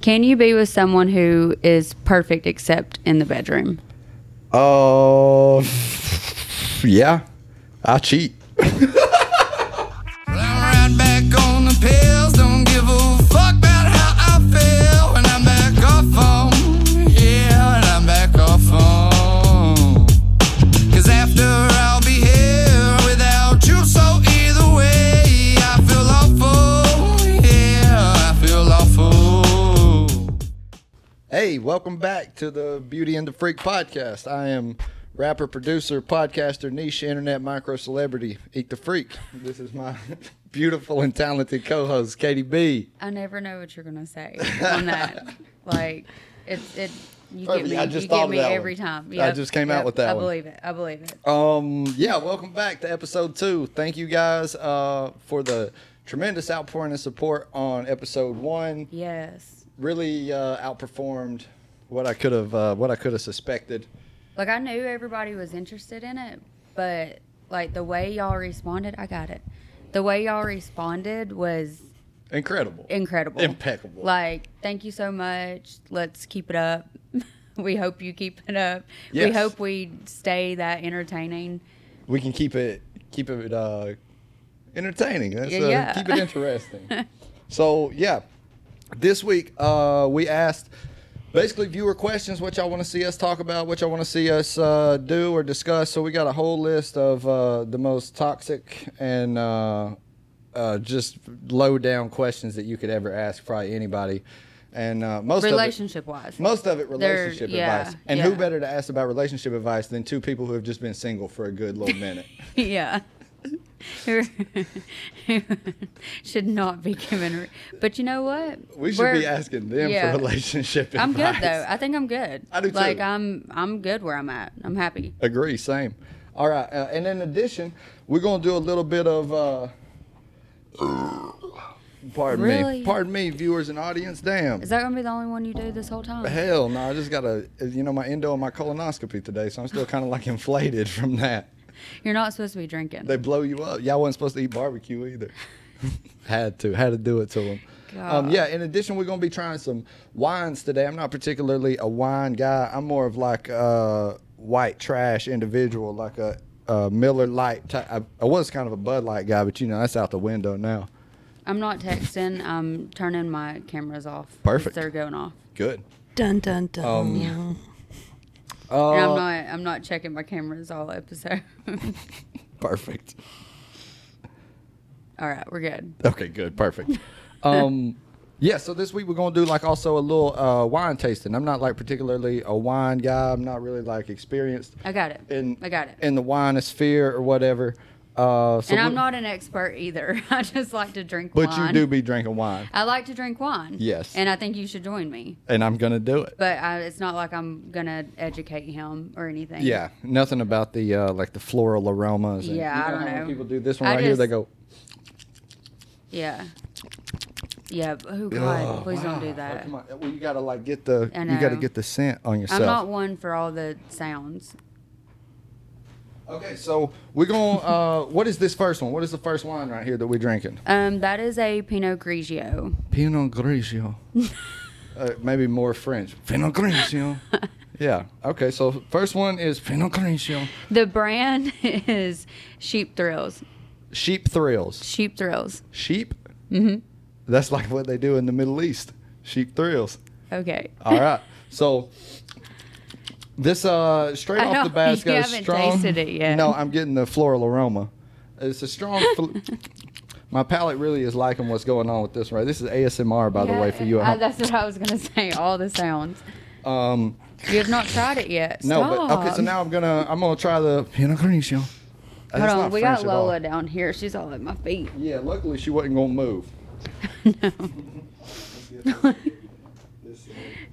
Can you be with someone who is perfect except in the bedroom? Uh, yeah, I cheat. I'm right back on the pills. Don't give a fuck about how I feel when I'm back off home. Yeah, when I'm back off home. Cause after I'll be here without you, so either way, I feel awful. Yeah, I feel awful. Hey, welcome back to the Beauty and the Freak podcast. I am rapper, producer, podcaster, niche internet micro celebrity, Eat the Freak. This is my beautiful and talented co-host, Katie B. I never know what you're gonna say on that. like it's it. You Perfect. get me. I just you thought get of me that one. every time. I just came out with that I one. believe it. I believe it. Um, yeah, welcome back to episode two. Thank you guys uh, for the tremendous outpouring and support on episode one. Yes. Really uh, outperformed what I could have uh, what I could have suspected. Like I knew everybody was interested in it, but like the way y'all responded, I got it. The way y'all responded was Incredible. incredible. Impeccable. Like, thank you so much. Let's keep it up. we hope you keep it up. We Yes. hope we stay that entertaining. we can keep it keep it uh, entertaining. That's, uh, Yeah. Keep it interesting. so yeah, this week uh, we asked basically viewer questions, what y'all want to see us talk about, what y'all want to see us uh, do or discuss. So we got a whole list of uh, the most toxic and uh, uh, just low down questions that you could ever ask probably anybody. And uh, most of it, Relationship wise. most of it relationship yeah, advice. And who yeah. better to ask about relationship advice than two people who have just been single for a good little minute? yeah. should not be given. Re- but you know what? We should be We're- asking them yeah. for relationship I'm advice. good though. I think I'm good. I do, too. Like I'm, I'm good where I'm at. I'm happy. Agree, same. All right, uh, and in addition, we're gonna do a little bit of. Uh, pardon Really? me, pardon me, viewers and audience. Damn. Is that gonna be the only one you do this whole time? Hell no! I just got a, you know, my endo and my colonoscopy today, so I'm still kind of like inflated from that. You're not supposed to be drinking. They blow you up. Y'all wasn't supposed to eat barbecue either. had to, had to do it to them. Um, God. yeah. In addition, we're gonna be trying some wines today. I'm not particularly a wine guy. I'm more of like a white trash individual, like a, a Miller Light. Type. I, I was kind of a Bud Light guy, but you know that's out the window now. I'm not texting. I'm turning my cameras off. 'cause Perfect. They're going off. Good. Dun dun dun. Um, and Uh, I'm not. I'm not checking my cameras all episode. Perfect. all right, we're good. Okay, good, perfect. Um, yeah, so this week we're gonna do like also a little uh, wine tasting. I'm not like particularly a wine guy. I'm not really like experienced. I got it. In I got it. in the wine sphere or whatever. Uh, so and I'm we- not an expert either. I just like to drink But wine. you do be drinking wine, I like to drink wine. Yes. And I think you should join me. and I'm gonna do it. But I, it's not like I'm gonna educate him or anything. Yeah, nothing about the uh, like the floral aromas. and- Yeah, you I don't how when know. People do this one I right here. They just- go. Yeah. Yeah. but- Oh God! "Oh, please wow." don't do Like, that. come on. uh, Well, you gotta like get the I you gotta know. get the scent on yourself. I'm not one for all the sounds. Okay, so we're going. Uh, what is this first one? What is the first wine right here that we're drinking? Um, that is a Pinot Grigio. Pinot Grigio. uh, maybe more French. Pinot Grigio. yeah. Okay. So first one is Pinot Grigio. The brand is Sheep Thrills. Sheep thrills. Sheep Thrills. Sheep. Mm-hmm. That's like what they do in the Middle East. Sheep thrills. Okay. All right. So this uh straight I off the know, bat you goes haven't strong. tasted it yet. No, I'm getting the floral aroma. It's a strong. fl- My palate really is liking what's going on with this right. This is ASMR, by the way, for you I- at home. that's what I was gonna say. All the sounds. Um, You have not tried it yet. no, Stop. but okay. So now I'm gonna I'm gonna try the Pinot Grigio. Uh, Hold it's on, not we French got at all. Lola down here. She's all at my feet. Yeah, luckily she wasn't gonna move.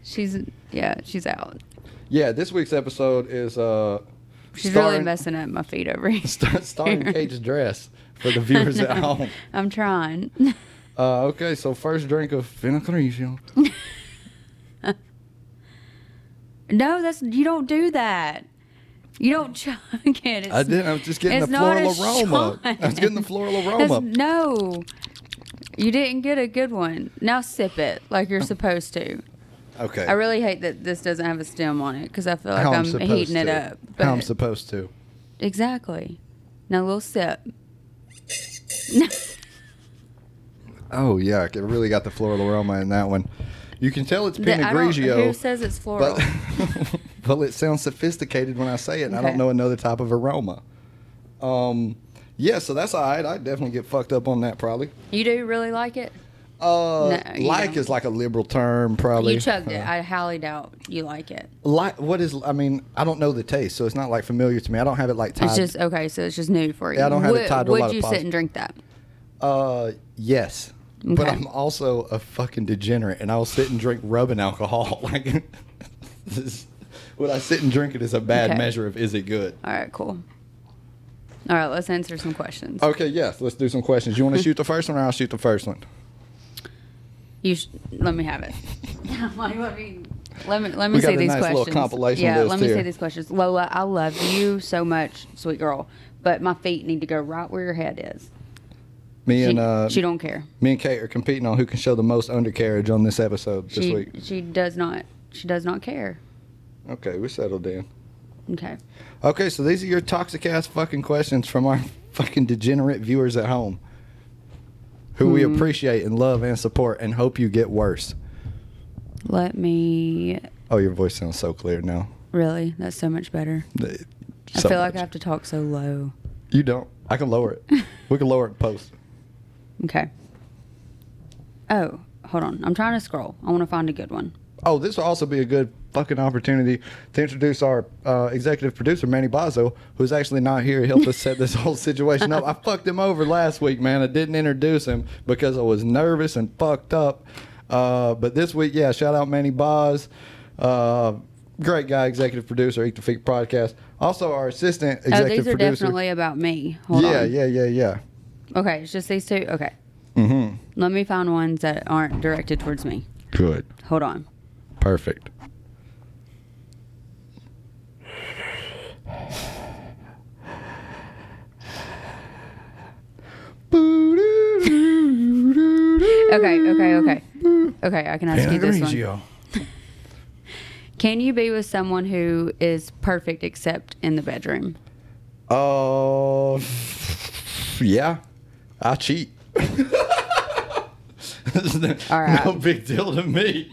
She's yeah, she's out. Yeah, this week's episode is uh. She's really starring- messing up my feet over here. Start starting Kate's dress for the viewers at home. I'm trying. Uh, okay, so first drink of Pinot Grigio. No, that's you don't do that. You don't chug it. It's, I did. I was just getting the it's not floral a aroma. I was getting the shot. floral that's- aroma. no. You didn't get a good one. Now sip it like you're supposed to. Okay. I really hate that this doesn't have a stem on it because I feel like How I'm, supposed heating it to. up. How I'm but- supposed to. exactly. Now a little sip. Oh yuck! It really got the floral aroma in that one. You can tell it's The- Pinot I don't- Grigio. Who says it's floral? but well, it sounds sophisticated when I say it, and I don't Okay. know another type of aroma. Um, yeah, so that's all right. I definitely get fucked up on that probably. you do really like it? Uh, No, you like don't. is like a liberal term, probably. You chugged it. Uh, I highly doubt you like it. like what is? I mean, I don't know the taste, so it's not like familiar to me. I don't have it like tied. It's just okay, so it's just new for you. Yeah, I don't have it would, tied to a Would lot of you sit pos- and drink that? uh, yes, but Okay. I'm also a fucking degenerate, and I'll sit and drink rubbing alcohol. Like, this is, when I sit and drink it is a bad Okay. measure of is it good. All right, cool. All right, let's answer some questions. Okay, yes, let's do some questions. You want Hmm. to shoot the first one, or I'll shoot the first one. You sh- let me have it. Like, let me let me, let We me got see a these nice little questions. compilation yeah, list let me here. see these questions. Lola, I love you so much, sweet girl, but my feet need to go right where your head is. Me She, and uh, she don't care. me and Kate are competing on who can show the most undercarriage on this episode this She week. she does not she does not care. Okay, we settled in. Okay. Okay, so these are your toxic ass fucking questions from our fucking degenerate viewers at home, who we Hmm. appreciate and love and support, and hope you get worse. Let me Oh, your voice sounds so clear now. really. That's so much better. I So feel like I much. have to talk so low. You don't. I can lower it. we can lower it in post. Okay. Oh, hold on. I'm trying to scroll. I want to find a good one. Oh, this will also be a good fucking opportunity to introduce our uh, executive producer, Manny Bazo, who's actually not here. He helped us set this whole situation up. I fucked him over last week, man. I didn't introduce him because I was nervous and fucked up. Uh, but this week, yeah, shout out Manny Boz. Uh, great guy, executive producer, Eat the Feet podcast. Also, our assistant Oh, executive these are producer. definitely about me. Hold yeah, on. yeah, yeah, yeah. Okay, it's just these two. Okay. Mm-hmm. Let me find ones that aren't directed towards me. Good. Hold on. Perfect. Okay, okay, okay. Okay, I can ask you this one. Grigio. Can you be with someone who is perfect except in the bedroom? Uh, yeah, I cheat. no, All right. no big deal to me.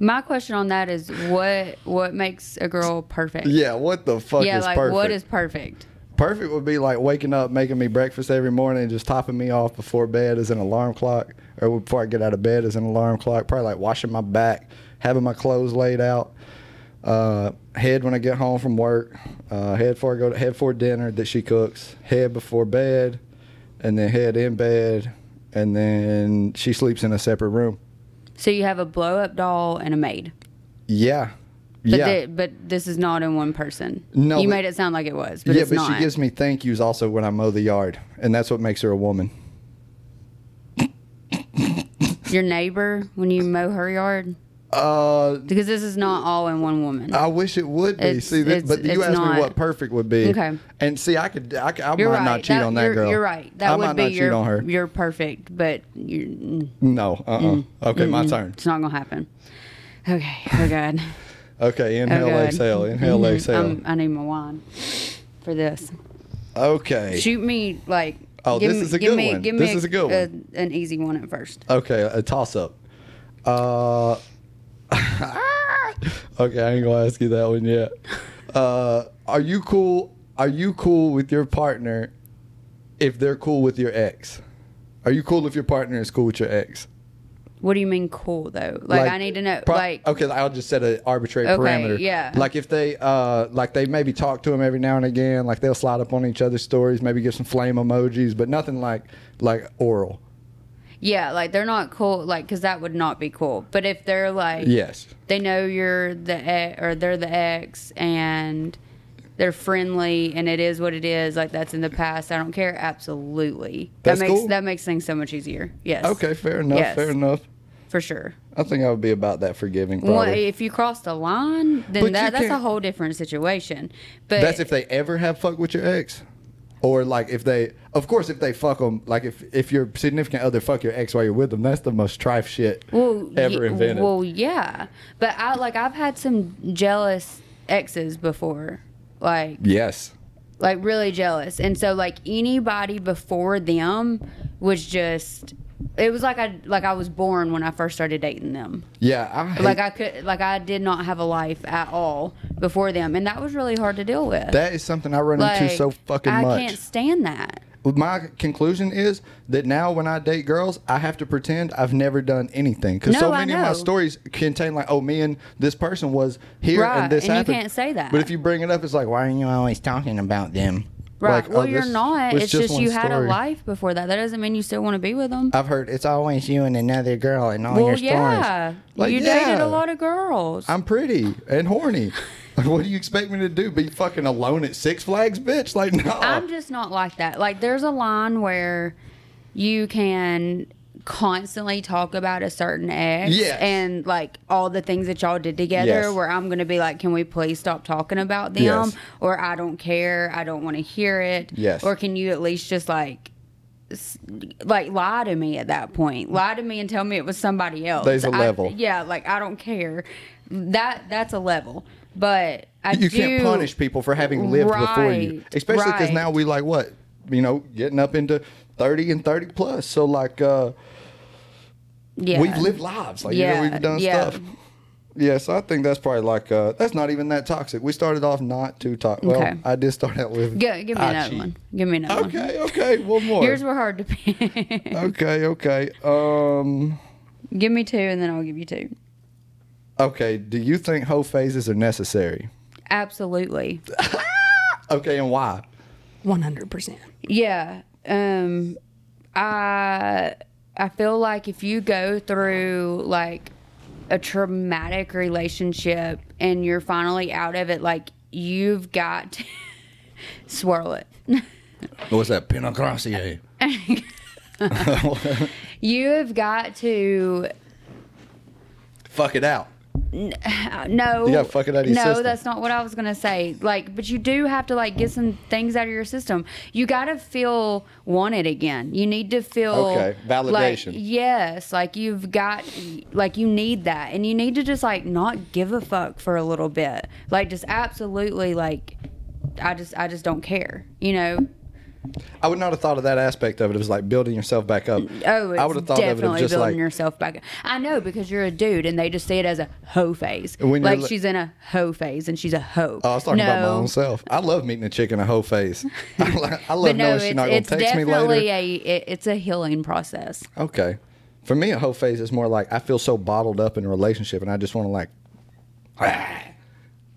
My question on that is what what makes a girl perfect? Yeah, what the fuck Yeah, is like perfect? what is perfect? perfect would be like waking up, making me breakfast every morning, and just topping me off before bed as an alarm clock, or before I get out of bed as an alarm clock. Probably like washing my back, having my clothes laid out, uh, head when I get home from work, uh, head for I go to head for dinner that she cooks, head before bed, and then head in bed, and then she sleeps in a separate room. So you have a blow up doll and a maid. Yeah, But yeah. thi- but this is not in one person. No, You but- made it sound like it was, but yeah, it's but not. she gives me thank yous also when I mow the yard, and that's what makes her a woman. Your neighbor when you mow her yard? Uh, Because this is not all in one woman. I wish it would be. It's- see, this, it's- but you it's asked me not. what perfect would be. Okay. And see, I could, I, could- I might You're right. not cheat on that you're, girl. You're right. That I would might be not your, cheat on her. You're perfect, but you're, mm, No. Uh. uh Mm-hmm. Okay, my turn. it's not gonna happen. Okay. Oh God. Okay. Oh Inhale, God. exhale. Inhale, Mhm. exhale. I'm- I need my wine for this. okay. Shoot me like. Oh, give this me, is a give good me, one. Give me This is a good one. a- an easy one at first. Okay. A toss up. Uh. okay, I ain't gonna ask you that one yet. Uh, are you cool? Are you cool with your partner if they're cool with your ex? Are you cool if your partner is cool with your ex? What do you mean cool though? Like, I need to know. pro- oh. like okay, I'll just set an arbitrary Okay, parameter. yeah. Like if they, uh, like they maybe talk to him every now and again. Like they'll slide up on each other's stories, maybe give some flame emojis, but nothing like like oral. yeah, like they're not cool. Like because that would not be cool. But if they're like Yes. they know you're the ex, or they're the ex and they're friendly and it is what it is like that's in the past i don't care absolutely That's that makes cool. that makes things so much easier yes Okay, fair enough. Yes. Fair enough. for sure I think I would be about that forgiving. well, Probably. if you cross the line But then you that, that's a can't- whole different situation but That's if they ever have fuck with your ex. Or like if they, of course, if they fuck them, like if if your significant other fuck your ex while you're with them, that's the most trife shit well, ye- ever invented. Well, yeah, but I like I've had some jealous exes before, like yes, like really jealous, and so like anybody before them was just it was like I like I was born when I first started dating them. yeah, I hate Like I could like I did not have a life at all before them, and that was really hard to deal with. that is something I run like, into so fucking I much. can't stand that. my conclusion is that now when I date girls, I have to pretend I've never done anything because No, so I many of my know. stories contain like, oh, me and this person was here Right, and this and you happened. can't say that. But if you bring it up, it's like, why are you always talking about them? Right. Like, well, oh, you're this not. was It's just, one you had story. a life before that. That doesn't mean you still want to be with them. I've heard it's always you and another girl and all your well, stories. yeah. Like, you dated yeah. a lot of girls. I'm pretty and horny. Like, what do you expect me to do? Be fucking alone at Six Flags, bitch? Like, no. I'm just not like that. Like, there's a line where you can constantly talk about a certain ex Yes. and like all the things that y'all did together Yes. where I'm gonna be like, Can we please stop talking about them? Yes. Or I don't care, I don't wanna hear it. Yes. Or can you at least just like s- like lie to me at that point. Lie to me and tell me it was somebody else. There's a I- level. yeah, like I don't care. That that's a level. But I you do, can't punish people for having lived before you, Right, especially because right. now we like what you know, getting up into thirty and thirty plus. So like, uh, Yeah. we've lived lives, like you Yeah, know, we've done yeah. stuff. Yeah, so I think that's probably like uh, that's not even that toxic. We started off not too toxic. Well, Okay. I did start out with. Go, give me I another cheat. one. Give me another one. Okay, okay, one more. Yours were hard to pick. okay, okay. Um, give me two, and then I'll give you two. okay. Do you think hoe phases are necessary? Absolutely. Okay, and why? One hundred percent. Yeah. Um, I I feel like if you go through like a traumatic relationship and you're finally out of it, like you've got to swirl it. What's that? Pinocchio. You have got to Fuck it out. Uh, no, You gotta fuck it out of your no, system. that's not what I was gonna say. Like, but you do have to like get some things out of your system. You gotta feel wanted again. You need to feel Okay, validation. Like, yes, like you've got, like you need that, and you need to just like not give a fuck for a little bit. Like, just absolutely, like, I just, I just don't care. You know? I would not have thought of that aspect of it. It was like building yourself back up. Oh, it's I would have thought of definitely it as just building like yourself back. I know because you're a dude, and they just see it as a hoe phase. When you're like li- Oh, she's in a hoe phase, and she's a hoe. I was talking about my No. own self. I love meeting a chick in a whole face. I li- I love knowing she's not going to text me definitely later. a it, it's a healing process. okay, for me, a whole face is more like I feel so bottled up in a relationship, and I just want to like, I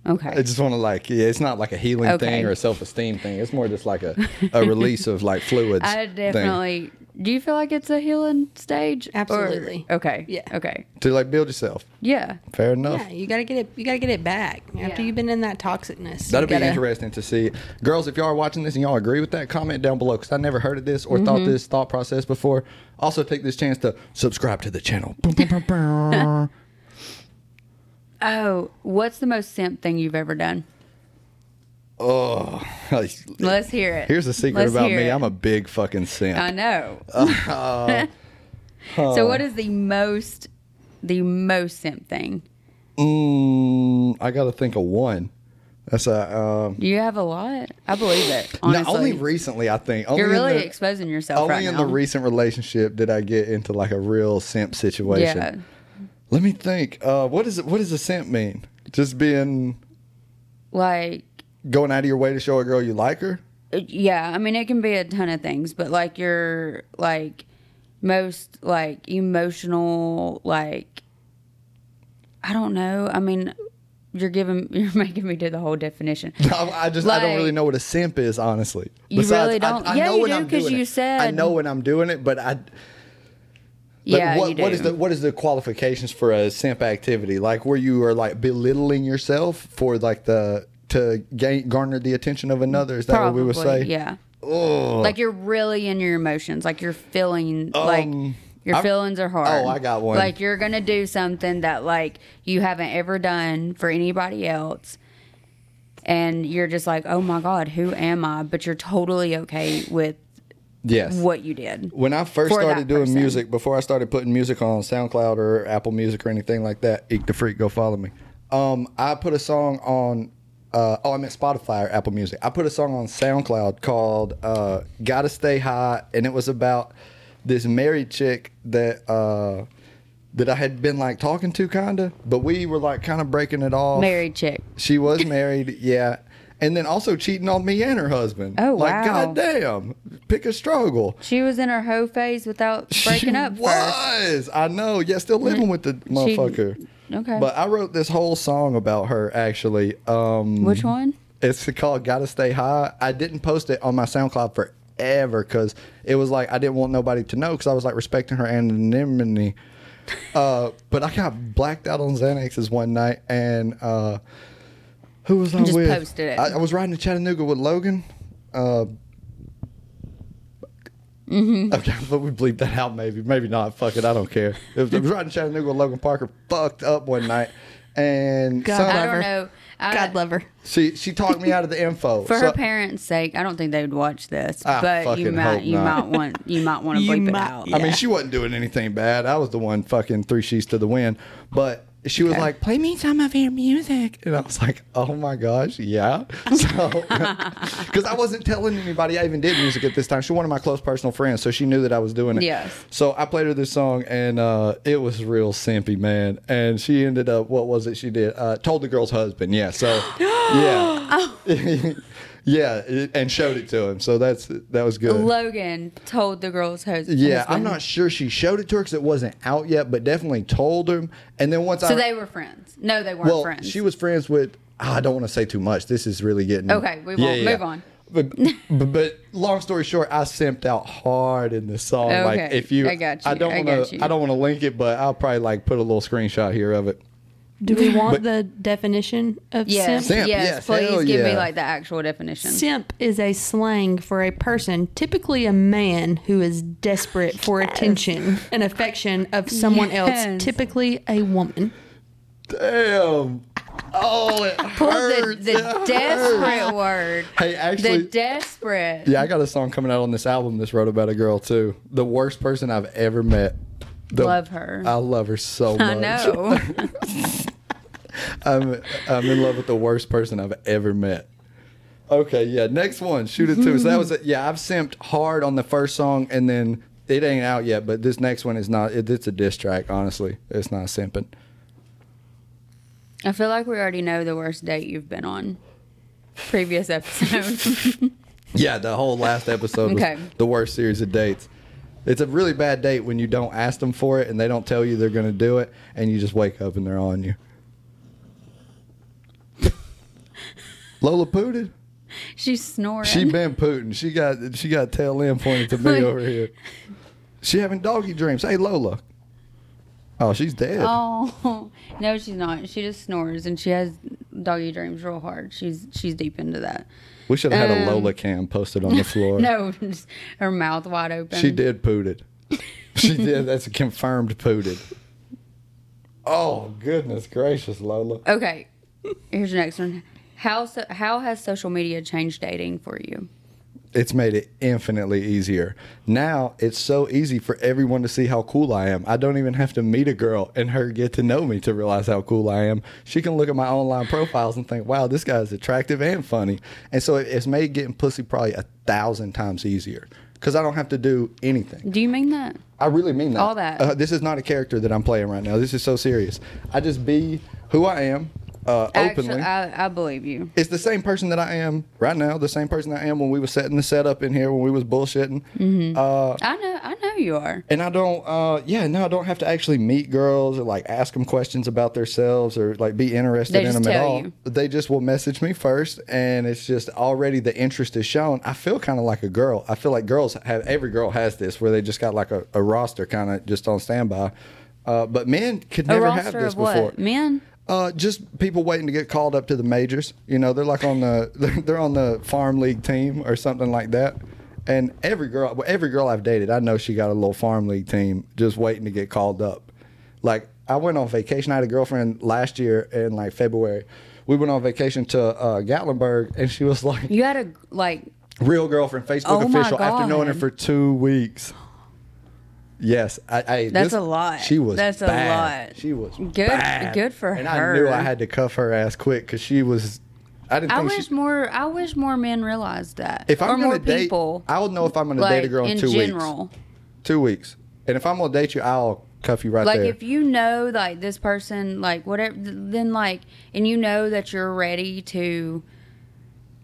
Okay. just want to like, yeah. It's not like a healing Okay. thing or a self esteem thing. It's more just like a, a release of like fluids. I thing. definitely. Do you feel like it's a healing stage? Or- Absolutely. okay. Yeah. Okay. to like build yourself. Yeah. Fair enough. Yeah, you gotta get it. You gotta get it back Yeah. after you've been in that toxicness. That'll you be gotta- interesting to see. Girls, if y'all are watching this and y'all agree with that, comment down below because I never heard of this or Mm-hmm. thought this thought process before. Also, take this chance to subscribe to the channel. Boom, boom, boom, boom. Oh, what's the most simp thing you've ever done? Let's hear it. Here's the secret Let's about hear me it. I'm a Uh, big fucking simp. I know. so what is the most the most simp thing? Mm, I got to think of one. That's a. Um, You have a lot. I believe it. no, Honestly. only recently, I think. Only You're really in the, exposing yourself Only right in now. the recent relationship did I get into like a real simp situation. Yeah. Let me think. Uh, what is it? What does a simp mean? Just being Like going out of your way to show a girl you like her. yeah i mean it can be a ton of things but like your like most like emotional like i don't know i mean you're giving you're making me do the whole definition I, I just I don't Like- really know what a simp is, honestly. You really I- don't? I, Yeah, know you when do, I'm 'cause doing you it. I said- know when I'm doing it, but I. Like, yeah what, you do. what is the what is the qualifications for a simp activity? Like where you are like belittling yourself for like the to gain garner the attention of another. Is that Probably, what we would say? yeah like you're really in your emotions like you're feeling like your I- feelings are hard Um, Oh, I got one. like you're gonna do something that like you haven't ever done for anybody else and you're just like, oh my god, who am I? But you're totally okay with Yes. what you did. when I first for that started doing person. music, before I started putting music on SoundCloud or Apple Music or anything like that, Eek the Freak, go follow me. Um, I put a song on. Uh, oh, I meant Spotify or Apple Music. I put a song on SoundCloud called uh, "Gotta Stay High," and it was about this married chick that uh, that I had been like talking to, kinda. But we were like kind of breaking it off. Married chick. She was married, yeah. And then also cheating on me and her husband. Oh, Like, wow. goddamn. Pick a struggle. She was in her hoe phase without breaking she up first. Mm-hmm. was. I know. Yeah, still living with the motherfucker. okay. But I wrote this whole song about her, actually. Um, Which one? It's called Gotta Stay High. I didn't post it on my SoundCloud forever because it was like I didn't want nobody to know because I was like respecting her anonymity. Uh, but I got blacked out on Xanaxes one night and. Uh, who was I Just with? posted it. I, I was riding to Chattanooga with Logan. Uh, Mm-hmm. Okay, but we bleep that out. Maybe, maybe not. Fuck it. I don't care. It was, it was riding Chattanooga with Logan Parker. Fucked up one night, and God some- I love don't her. know. I, God love her. she she talked me out of the info. For So- her parents' sake, I don't think they would watch this, I but you fucking hope might you not. might want you might want to You bleep it might- out. I mean, she wasn't doing anything bad. I was the one fucking three sheets to the wind. But she was like, play me some of your music. And I was like, oh my gosh, yeah. So, because I wasn't telling anybody I even did music at this time. She was one of my close personal friends, so she knew that I was doing it. Yes. So I played her this song, and uh, it was real simpy, man. And she ended up, what was it she did? Uh, told the girl's husband. Yeah. So, yeah. yeah. it- And showed it to him. So that's that was good. Logan told the girl's hus- husband. Yeah, I'm not sure she showed it to her because it wasn't out yet, but definitely told him. And then once I, So they were friends. No, they weren't well, friends. she was friends with. I don't want to say too much. This is really getting Okay, we won't- move on. But, but but long story short, I simped out hard in this song. Like Okay, if you, I got I you, don't I want got you. to. I don't want to link it, but I'll probably like put a little screenshot here of it. Do we want But- the definition of Yes, simp? Simp, yes, yes, Please hell give me yeah. like the actual definition. Simp is a slang for a person, typically a man, who is desperate for attention and affection of someone Yes. else, typically a woman. Damn. Oh, it The, hurts. the It desperate hurts. word. Hey, actually, the desperate. Yeah, I got a song coming out on this album that's wrote about a girl too. The worst person I've ever met. The- Love her. I love her so much. I know. I'm I'm in love with the worst person I've ever met. Okay, yeah. Next one, shoot it too. So that was it. Yeah, I've simped hard on the first song, and then it ain't out yet. But this next one is not. It, it's a diss track. Honestly, it's not simping. I feel like we already know the worst date you've been on. Previous episode. Yeah, the whole last episode Okay. was the worst series of dates. It's a really bad date when you don't ask them for it and they don't tell you they're going to do it, and you just wake up and they're on you. Lola pooted. She's snoring. She been pooting. She got she got tail end pointed to me over here. She having doggy dreams. Hey Lola. Oh, she's dead. Oh no, she's not. She just snores and she has doggy dreams real hard. She's she's deep into that. we should have had um, a Lola cam posted on the floor. No, just her mouth wide open. She did pooted. She did. That's a confirmed pooted. Oh goodness gracious, Lola. Okay, here's your next one. How so, how has social media changed dating for you? It's made it infinitely easier. Now it's so easy for everyone to see how cool I am. I don't even have to meet a girl and her get to know me to realize how cool I am. She can look at my online profiles and think, wow, this guy's attractive and funny. And so it- it's made getting pussy probably a thousand times easier because I don't have to do anything. Do you mean that? I really mean that. All that. Uh, this is not a character that I'm playing right now. This is so serious. I just be who I am uh, openly. Actually, I, I believe you. it's the same person that I am right now. The same person I am when we was setting the setup in here when we was bullshitting. Uh, I know I know you are. and I don't. Uh, yeah, no, I don't have to actually meet girls or like ask them questions about themselves or like be interested They in just them at tell all. you. They just will message me first, and it's just already the interest is shown. I feel kind of like a girl. I feel like girls have every girl has this where they just got like a, a roster kind of just on standby. Uh, but men could A never have roster this of what? before. Men? Uh, just people waiting to get called up to the majors. You know, they're like on the they're, they're on the farm league team or something like that. And every girl, well, every girl I've dated, I know she got a little farm league team just waiting to get called up. Like I went on vacation. I had a girlfriend last year in like February. we went on vacation to uh, Gatlinburg, and she was like, You had a like "Real girlfriend, Facebook Oh my official." After knowing her God. for two weeks. Yes, I, I, That's this- a lot. She was. That's a bad. lot. She was Good- bad. good for and her. I knew I had to cuff her ass quick because she was. I didn't I think wish she. more. I wish more men realized that. If I'm or gonna more date, people, I would know if I'm gonna like date a girl in, in two general. weeks. Two weeks, and if I'm gonna date you, I'll cuff you right Like there. if you know like this person, like whatever, th- then like, and you know that you're ready to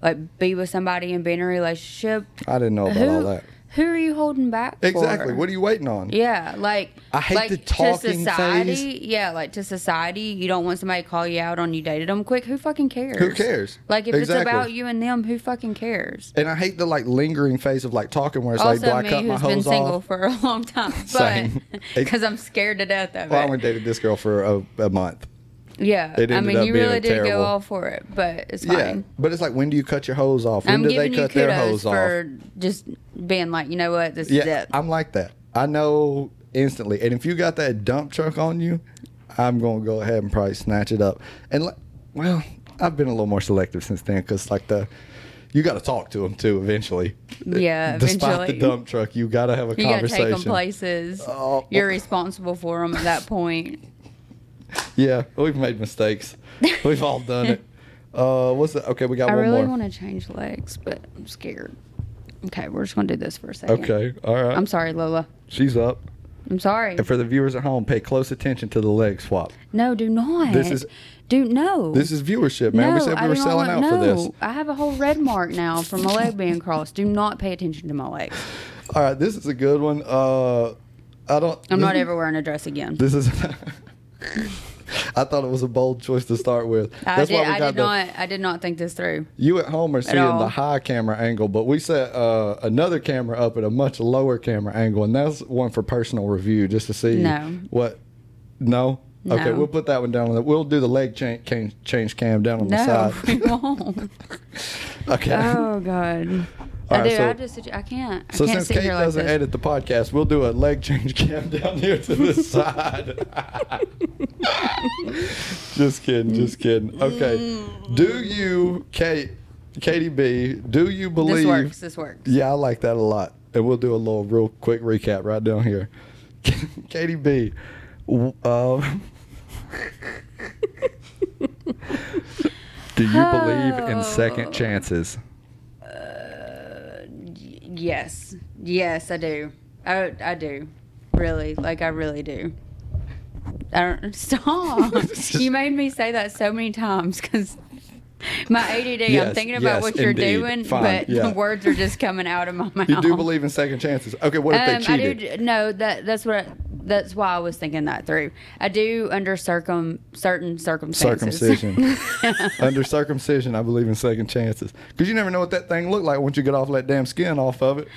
like be with somebody and be in a relationship. I didn't know about who, all that. Who are you holding back? Exactly. For? What are you waiting on? Yeah, like I hate like the talking to society. Yeah, like to society, you don't want somebody to call you out on you dated them quick. Who fucking cares? Who cares? Like if Exactly. it's about you and them, who fucking cares? And I hate the like lingering phase of like talking where it's also, like, do I me cut my who's been hose single off? for a long time, Same. but because I'm scared to death of Well, I it. only dated this girl for a, a month. yeah, It I ended mean, up you being a really did go terrible- all for it, but it's Yeah, fine. but it's like, when do you cut your hose off? When I'm do they giving you cut their kudos hose for off? just being like, you know what, this is Yeah, it. I'm like that. I know instantly. And if you got that dump truck on you, I'm gonna go ahead and probably snatch it up. And like, well, I've been a little more selective since then because like the. You got to talk to them too eventually. Yeah, Despite the eventually. dump truck, you got to have a you gotta conversation. take them places. Oh. You're responsible for them at that point. Yeah, we've made mistakes. We've all done it. Uh, what's the, okay? We got I one really more. want to change legs, but I'm scared. Okay, we're just gonna do this for a second. okay, all right. I'm sorry, Lola. She's up. I'm sorry. And for the viewers at home, pay close attention to the leg swap. No, do not. This is- do no. This is viewership, man. no, we said I we were do not selling out want- for no, this. I have a whole red mark now from my leg being crossed. Do not pay attention to my legs. All right, this is a good one. Uh, I don't. I'm not this- ever wearing a dress again. This is. I thought it was a bold choice to start with. I That's did, why we I got did the. not. I did not think this through. You at home are seeing all. the high camera angle, but we set uh, another camera up at a much lower camera angle, and that's one for personal review just to see No. what. No. Okay, No. we'll put that one down. We'll do the leg change, change, change cam down on the No, we side. won't. Okay. Oh God. All I right, do. so- I just. I can't. so I can't since sit Kate here like doesn't this. edit the podcast, we'll do a leg change cam down here to the side. just kidding, just kidding. Okay, do you, Kate, Katie B, do you believe? this works. This works. Yeah, I like that a lot. And we'll do a little real quick recap right down here. Katie B. w- Um, do you believe in Oh. second chances? Yes. Yes, I do. I I do. Really. Like I really do. I don't stop. you made me say that so many times because my ADD. Yes, I'm thinking about yes, what you're indeed. doing, Fine, but yeah. the words are just coming out of my mouth. You do believe in second chances? Okay, what if Uh-huh. Um, they I cheated? do. No, that that's what. I, that's why I was thinking that through. I do under circum certain circumstances. Circumcision. Under circumcision, I believe in second chances. Because you never know what that thing looked like once you get off that damn skin off of it.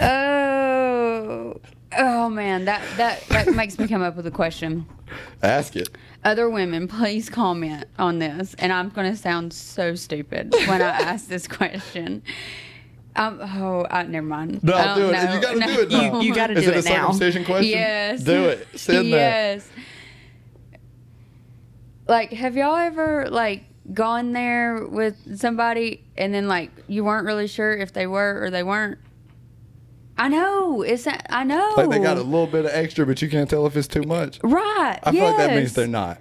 Oh, oh man, that that that makes me come up with a question. Ask it. Other women, please comment on this, and I'm gonna sound so stupid when I ask this question. Um, oh, I, never mind. No, I don't do it. know. you got to No. do it now. You- you gotta Is do it, it a now. circumcision question? Yes. Do it. Send that. yes. Like, have y'all ever like gone there with somebody and then like you weren't really sure if they were or they weren't? I know. It's a- I know. Like they got a little bit of extra, but you can't tell if it's too much. right. I feel like that means yes. they're not.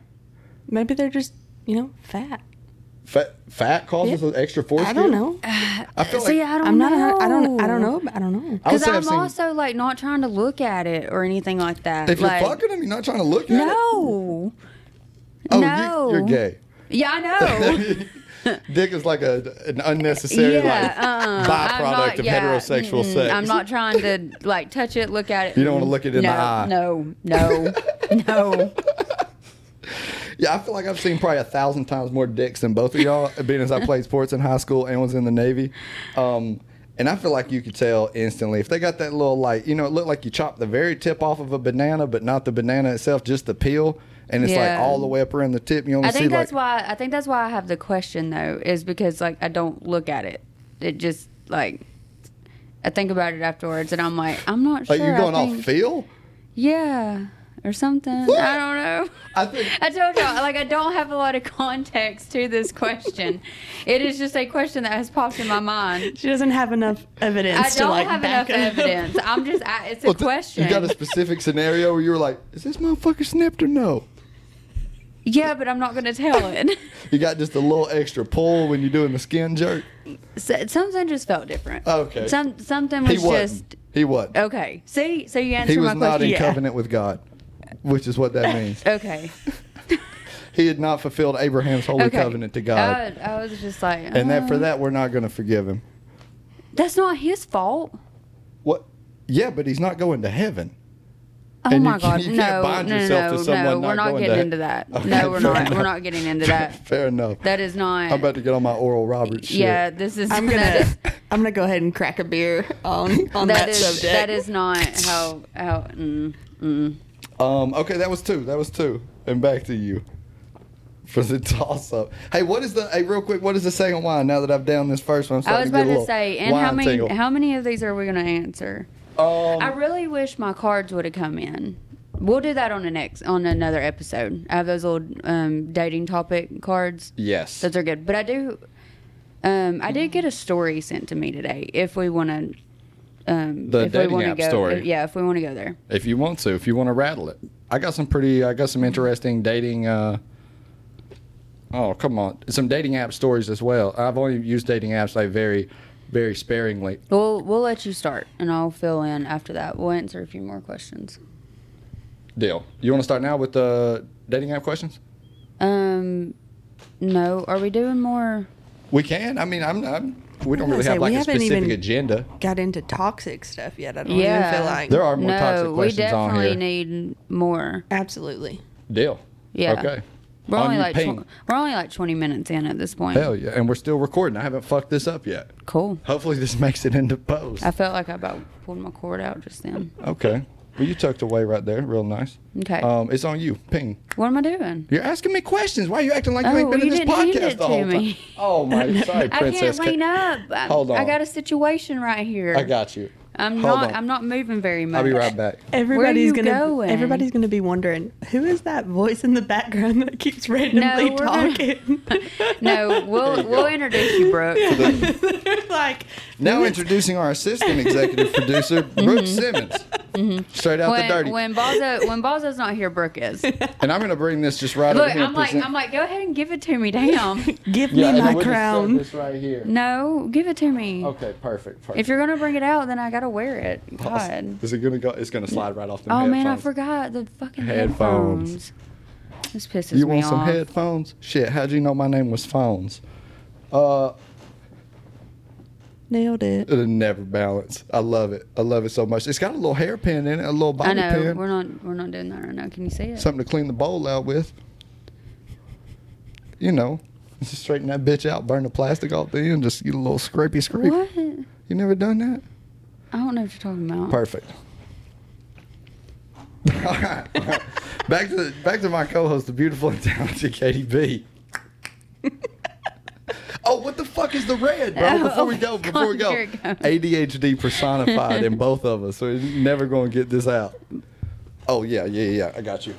Maybe they're just, you know, fat. Fat, fat causes Yeah. an extra foreskin. I don't know. I feel like See, I don't I'm not. know. A, I don't. I don't know. I don't know. I would Because say I'm I've seen. also like not trying to look at it or anything like that. if you're like, fucking them, you're not trying to look at it. no, Oh, no, You, you're gay. Yeah, I know. Dick is like a an unnecessary like uh-uh. I'm byproduct not- of yeah, heterosexual mm-mm. sex. I'm not trying to like touch it, look at it. You don't wanna mm, look it in the no, eye. No, no, no. Yeah, I feel like I've seen probably a thousand times more dicks than both of y'all, being as I played sports in high school and was in the Navy. Um, and I feel like you could tell instantly if they got that little like, you know, it looked like you chopped the very tip off of a banana, but not the banana itself, just the peel, and it's Yeah. like all the way up around the tip. You only I see think that's like why. I think that's why I have the question though, is because like I don't look at it. It just like I think about it afterwards, and I'm like, I'm not sure. like you're I going think- off feel. Yeah. or something. I don't know. I think I told y'all, like, I don't have a lot of context to this question. it is just a question that has popped in my mind. She doesn't have enough I evidence to don't like have enough back up. evidence. I'm just, I, it's a Well, th- question. You got a specific scenario where you were like, "Is this motherfucker snipped or no?" yeah, but I'm not going to tell it. You got just a little extra pull when you're doing the skin jerk. So, something just felt different. Okay. Some something He was was. just He was. okay. See, so you answered He my was not question. in Yeah. covenant with God, which is what that means. Okay. He had not fulfilled Abraham's holy Okay. covenant to God, I, I was just like, and that for uh, that we're not going to forgive him. that's not his fault. What? Yeah, but he's not going to heaven. Oh And you my can- God! you can't no, bind no, yourself no, to someone no. not we're not going getting to- into that. Okay, no, we're fair not. enough. We're not getting into that. Fair enough. That is not. I'm about to get on my Oral Roberts shit. yeah, this is. I'm that gonna is- I'm gonna go ahead and crack a beer on on that, that is subject. that is not how how. Mm, mm. Um, okay, that was two. That was two. And back to you for the toss up. Hey, what is the hey real quick? What is the second wine? Now that I've down this first one, I'm I starting was about to, get a to little say, and wine how many tingle. how many of these are we gonna answer? Um, I really wish my cards would have come in. We'll do that on the next on another episode. I have those old um, dating topic cards. yes. Those are good. But I do um, I did get a story sent to me today if we want to um, The if dating we wanna app go, story. if- yeah, if we want to go there. if you want to, if you want to rattle it, I got some pretty, I got some interesting dating. uh Oh come on, some dating app stories as well. I've only used dating apps like very, very sparingly. We'll we'll let you start and I'll fill in after that. We'll answer a few more questions. Deal. You want to start now with the dating app questions? Um no, are we doing more We can. I mean, I'm. I'm we don't gonna really say, have like we a haven't specific even- agenda. Got into toxic stuff yet? I don't Yeah. even feel like There are more toxic No, we questions on here. definitely need more. absolutely. Deal. Yeah. Okay. We're On only your like ping. tw- we're only like 20 minutes in at this point. Hell yeah. And we're still recording. I haven't fucked this up yet. Cool. Hopefully this makes it into post. I felt like I about pulled my cord out just then. Okay. Well, you tucked away right there. Real nice. Okay. Um, it's on you. Ping. What am I doing? You're asking me questions. Why are you acting like you Oh, ain't been you in this didn't hand podcast it the to whole me. time? Oh my, sorry, princess. I can't lean up. I, Hold I on. got a situation right here. I got you. I'm Hold not. on. I'm not moving very much. I'll be right back. Everybody's you gonna going? everybody's gonna be wondering who is that voice in the background that keeps randomly we're gonna- talking. No, we'll we'll introduce you, Brooke. They're like Now introducing our assistant executive producer, Brooke Simmons. Straight out the dirty. Mm-hmm. When when Balzo when Balzo's not here, Brooke is. Look, And I'm going to bring this just right over here. I'm and like present- I'm like go ahead and give it to me, damn. give yeah, me and my we'll just set crown. this right here. No, give it to me. Okay, perfect. perfect. If you're gonna bring it out, then I gotta wear it. God. Is it gonna go? It's gonna slide right off the. Oh man, I forgot the fucking Headphones. headphones. This pisses You me want off. some headphones? Shit, how'd you know my name was Phones? Uh, Nailed it. it'll never balance. I love it. I love it so much. It's got a little hairpin in it, a little bobby I know pin, we're not we're not doing that right now. Can you see it? something to clean the bowl out with. You know, just straighten that bitch out, burn the plastic off the end, just get a little scrapey scrape. what? You never done that? I don't know what you're talking about. Perfect. All right. back to the, back to my co-host, the beautiful and talented Katie B. oh, what the fuck is the red, bro? Oh, Before we oh go, my before we God, go, here it goes. ADHD personified in both of us. We're never going to get this out. Oh yeah, yeah, yeah. I got you.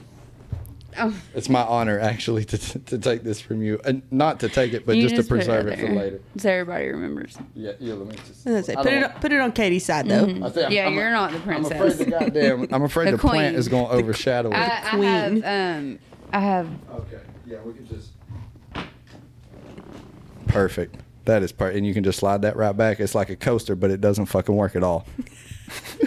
Oh. It's my honor actually to, to take this from you, and not to take it, but You just, to put out preserve it, for there later. So everybody remembers. Yeah, yeah. Let me just. I was gonna I say, put it don't- on, put it on Katie's side though. I think I'm- Yeah, I'm a- you're not the I'm afraid princess. the goddamn. I'm afraid The the, plant queen. is going to overshadow I, I it. have queen. um I have Okay. Yeah, we can just. Perfect. That is part, and you can just slide that right back. It's like a coaster, but it doesn't fucking work at all.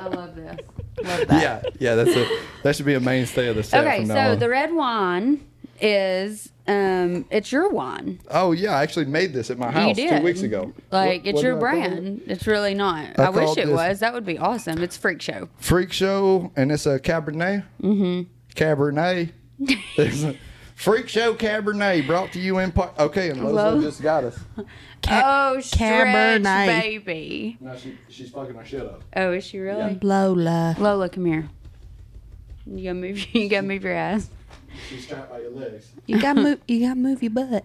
I love this. Love that. yeah, yeah, that's it. That should be a mainstay of the set Okay, from so now on. the red wine is um it's your wine. oh yeah, I actually made this at my you house did two weeks ago. Like What- it's what your did I call it? brand. It's really not. I I, wish called it this- was. That would be awesome. It's freak show. Freak Show, and it's a Cabernet. Mm-hmm. Cabernet. It's a Freak Show Cabernet brought to you in part. Okay, and Lozlo Love- just got us. Ca- oh, stretch, Cabernet. baby. No, she, she's fucking our shit up. Oh, is she really? Lola. Lola, come here. You gotta move. You gotta move your ass. She's strapped by your legs. You got move. You got move your butt.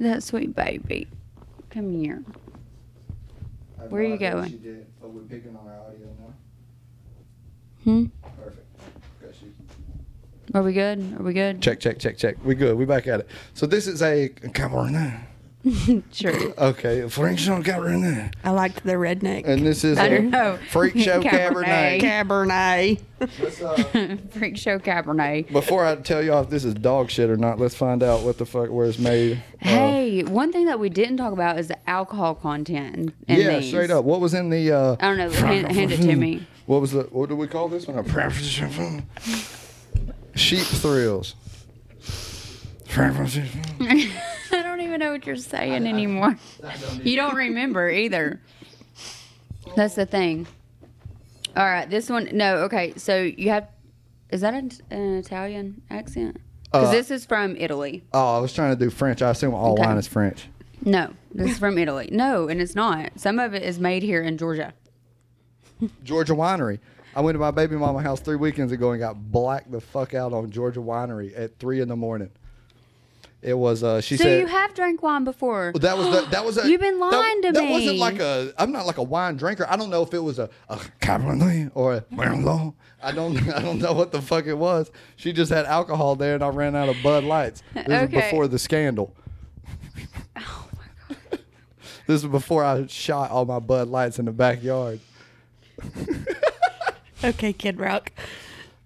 That sweet baby. Come here. I have Where no you idea what going? She did, but we're picking on our audio now. Hmm? Perfect. Okay, she's Are we good? Are we good? Check, check, check, check. We good. We back at it. So this is a Cabernet. Sure. Okay, French Cabernet. I liked the redneck. And this is I a don't know. freak show Cabernet. Cabernet. Cabernet. Let's, uh, Freak show Cabernet. before I tell y'all if this is dog shit or not, let's find out what the fuck where it's made. Uh, Hey, one thing that we didn't talk about is the alcohol content. In yeah, these. straight up. What was in the? Uh, I don't know. Hand, hand it to me. What was the? What do we call this one? A sheep thrills. I don't even know what you're saying anymore. you don't remember either. That's the thing. All right, this one. No, okay. So you have. Is that an, an Italian accent? Because Uh, this is from Italy. Oh, I was trying to do French. I assume all Okay. wine is French. No, this is from Italy. No, and it's not. Some of it is made here in Georgia. Georgia winery. I went to my baby mama house three weekends ago and got blacked the fuck out on Georgia winery at three in the morning. It was. Uh, she So said you have drank wine before. Well, that was the, that was a, You've been lying that, to that me. wasn't like a. I'm not like a wine drinker. I don't know if it was a, a Cabernet or a Merlot. I don't I don't know what the fuck it was. She just had alcohol there, and I ran out of Bud Lights. This was Okay. Oh before the scandal. Oh my god. this was before I shot all my Bud Lights in the backyard. Okay, Kid Rock.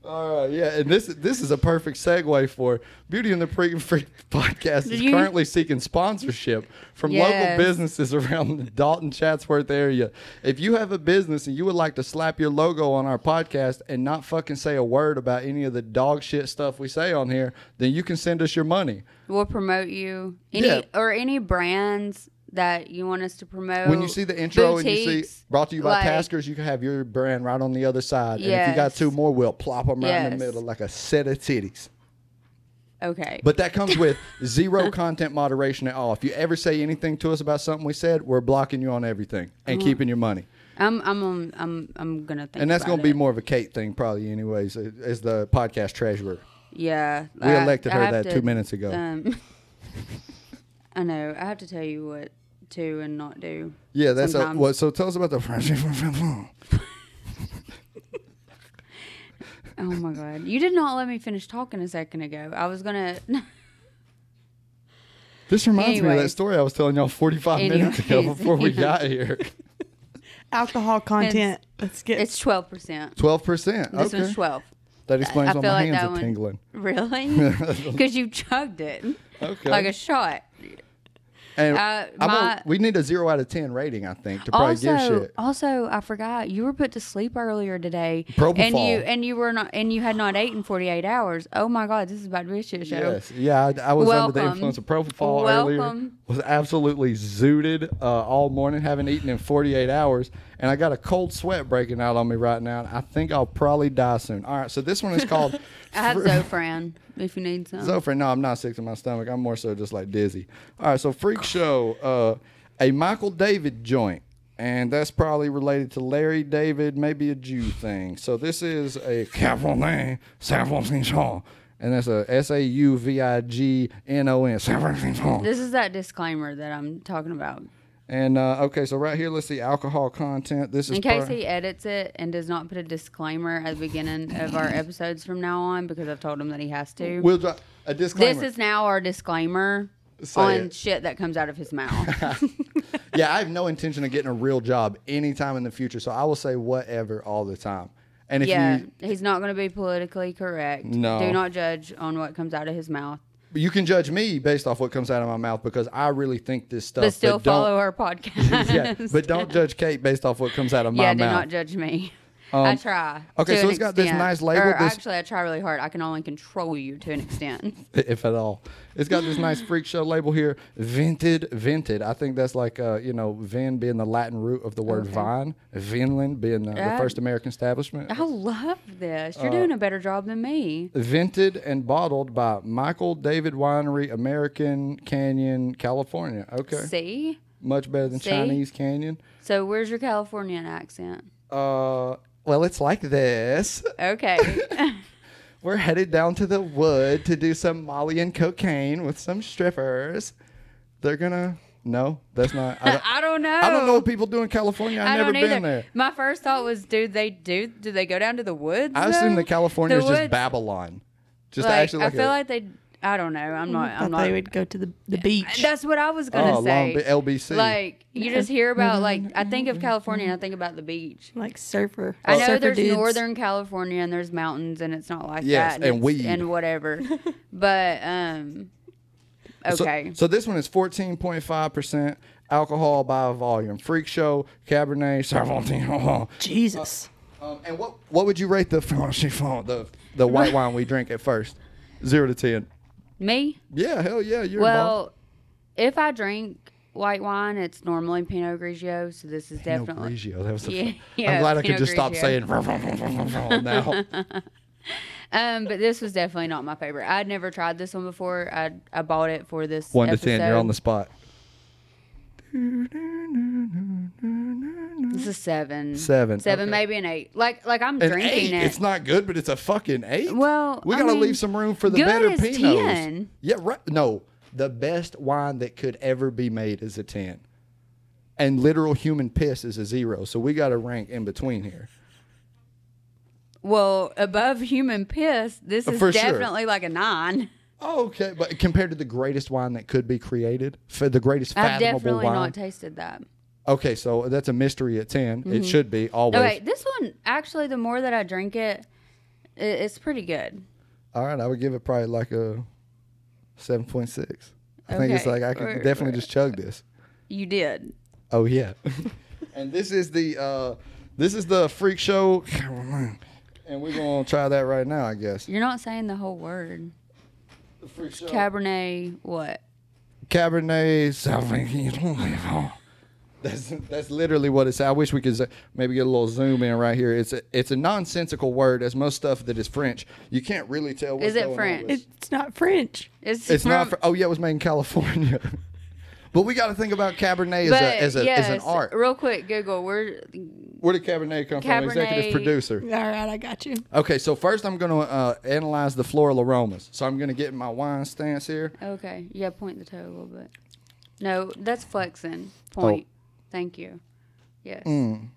All right, Uh, yeah, and this this is a perfect segue for Beauty and the Freak and Freak podcast is you- currently seeking sponsorship from Yes. local businesses around the Dalton Chatsworth area. If you have a business and you would like to slap your logo on our podcast and not fucking say a word about any of the dog shit stuff we say on here, then you can send us your money. We'll promote you. Any Yeah. or any brands that you want us to promote. When you see the intro and you see boutiques, brought to you by like- Taskers, you can have your brand right on the other side. And if you got Yes. two more, we'll plop them right in Yes. the middle like a set of titties. Okay. But that comes with zero content moderation at all. If you ever say anything to us about something we said, we're blocking you on everything and Mm. keeping your money. I'm I'm I'm I'm, I'm gonna think. And that's about going to be it. more of a Kate thing, probably, anyways, uh, as the podcast treasurer. Yeah. We elected her have that two minutes ago. Um, I know. I have to tell you what to and not do. Yeah, that's a, sometimes. what. So tell us about the friendship. Oh my god! You did not let me finish talking a second ago. I was gonna. This reminds me of Anyway. that story I was telling y'all 45 minutes ago Anyways, before we got here. Alcohol content. Let's get It's twelve percent. 12%. This okay. one's twelve. That explains I why feel my like hands that are one- tingling. Really? Because you chugged it Okay. like a shot. and uh, I'm gonna- my- we need a 0 out of 10 rating, I think, to probably give Also, shit. also, I forgot you were put to sleep earlier today, Propofol. and you and you were not and you had not ate in forty eight hours. Oh my god, this is about to be a shit show. Yes, yeah, I, I was under the Welcome. influence of propofol earlier. Welcome. Was absolutely zooted uh, all morning, haven't eaten in 48 hours, and I got a cold sweat breaking out on me right now. And I think I'll probably die soon. All right, so this one is called I have Zofran if you need some. Zofran. No, I'm not sick to my stomach. I'm more so just like dizzy. All right, so Freak Show, uh, a Michael David joint, and that's probably related to Larry David, maybe a Jew thing. So this is a Cabernet Sauvignon, and that's a S A U V I G N O N Sauvignon. This is that disclaimer that I'm talking about. And uh, okay, so right here, let's see alcohol content. This is In case par- he edits it and does not put a disclaimer at the beginning of our episodes from now on, because I've told him that he has to. We'll drop a disclaimer. this is now our disclaimer Say on it. shit that comes out of his mouth. yeah, I have no intention of getting a real job anytime in the future. So I will say whatever all the time. And if yeah, you he's not going to be politically correct. No. Oh, Do not judge on what comes out of his mouth. you can judge me based off what comes out of my mouth because I really think this stuff. But still don't- follow our podcast. yeah, but don't judge Kate based off what comes out of my yeah, do mouth. Um, not judge me. I try. okay, to so an it's got this extent. nice label, Or this- actually, I try really hard. I can only control you to an extent. if at all. It's got this nice freak show label here, vented, vented. I think that's like uh, you know, vin being the Latin root of the word vine, Vinland being uh, the Yeah. Oh. first American establishment. I love this. Uh, You're doing a better job than me. Vented and bottled by Michael David Winery, American Canyon, California. Okay, See? much better than See? Chinese Canyon. So where's your Californian accent? Uh, well, it's like this. Okay. We're headed down to the wood to do some Molly and cocaine with some strippers. They're gonna. No, that's not. I don't, I don't know. I don't know what people do in California. I've Oh. I never don't either. been there. My first thought was, do they do? Do they go down to the woods? I assume though? that California The is just woods- Babylon. Just like, actually, like I feel a- like they. I don't know. I'm not. I I'm thought not. they would go to the, the beach. That's what I was gonna Oh, Long say. Be- LBC. Like you just hear about like I think of California and I think about the beach. like surfer. I know surfer there's dudes. northern California and there's mountains and it's not like Yes, that. and it's- weed. and whatever. but um, So- okay. So, this one is 14.5% alcohol by volume. Freak Show, Cabernet, Sauvignon. Jesus. Um, and what what would you rate the the the white wine we drink at first? Zero to ten. Me? Yeah, hell yeah, you're Well, involved. if I drink white wine, it's normally Pinot Grigio. So this is Pinot definitely Grigio, that was the- Yeah, I'm yeah, glad I could Pinot just stop Grigio. saying now. Um, but this was definitely not my favorite. I'd never tried this one before. I I bought it for this One episode. to ten, you're on the spot. This is seven. Seven, Seven, okay. maybe an eight. Like like I'm An drinking eight. it. It's not good, but it's a fucking eight. Well, we I gotta mean, leave some room for the good better is pinots. 10. Yeah, right. No, the best wine that could ever be made is a ten, and literal human piss is a zero. So we gotta rank in between here. well, above human piss, this Uh, is for sure. definitely like a nine. Okay, but compared to the greatest wine that could be created, for the greatest I've fathomable definitely wine. not tasted that. okay, so that's a mystery at 10 Mm-hmm. It should be always. Okay, this one actually, the more that I drink it, i it's pretty good. All right, I would give it probably like a seven point six. I think it's Okay, like I could we're- definitely just chug this. You did. Oh yeah. and this is the uh this is the freak show, and we're gonna try that right now, I guess. You're not saying the whole word. The freak show. Cabernet, what? Cabernet Sauvignon. That's that's literally what it's. I wish we could z- maybe get a little zoom in right here. It's a it's a nonsensical word, as most stuff that is French. You can't really tell. What's Is it going on French? with- It's not French. It's, It's not. Fr- from- oh yeah, it was made in California. but we got to think about Cabernet as a as, a, as an yes, art. Real quick, Google. We're Where did Cabernet come from? Executive Cabernet- producer. All right, I got you. Okay, so first I'm going to uh, analyze the floral aromas. So I'm going to get in my wine stance here. okay. Yeah, point the toe a little bit. No, that's flexing. Oh. Point. Thank you. Yes. Mm.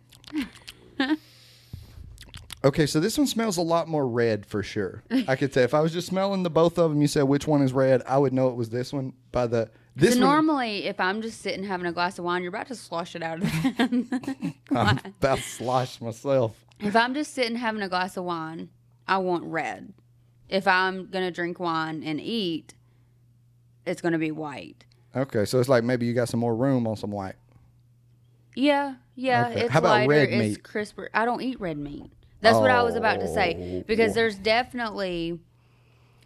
Okay, so this one smells a lot more red for sure. I could tell if I was just smelling the both of them, you said which one is red, I would know it was this one by the this So one. normally, if I'm just sitting having a glass of wine, you're about to slosh it out of them. I'm about to slosh myself. if I'm just sitting having a glass of wine, I want red. If I'm gonna drink wine and eat, it's gonna be white. Okay, so it's like maybe you got some more room on some white. Yeah, yeah. Okay. It's How about lighter, red it's meat? crisper. I don't eat red meat. That's what I was about to Oh. say. Because there's definitely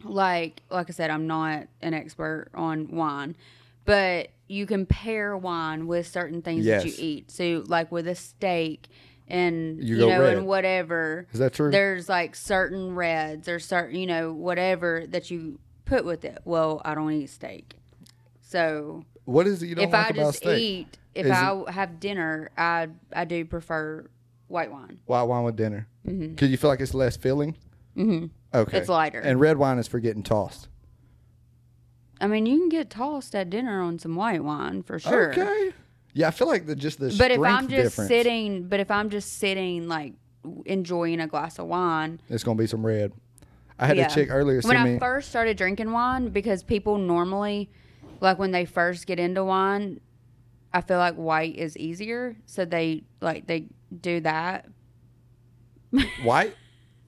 like like I said, I'm not an expert on wine, but you can pair wine with certain things that you Yes. eat. So like with a steak and You you, go know, red. and whatever. Is that true? There's like certain reds or certain you know, whatever that you put with it. Well, I don't eat steak. So What is it you don't if like I about just steak? eat, if Is I have dinner, I I do prefer white wine. White wine with dinner. mm Cause you feel like it's less filling. Mm-hmm. Okay, Mm-hmm. It's lighter. And red wine is for getting tossed. I mean, you can get tossed at dinner on some white wine for sure. Okay. Yeah, I feel like the just the But if strength I'm just difference, sitting, but if I'm just sitting like w- enjoying a glass of wine, it's gonna be some red. I had yeah. a chick earlier When send I me. first started drinking wine, because people normally, like when they first get into wine, I feel like white is easier, so they like they do that. White.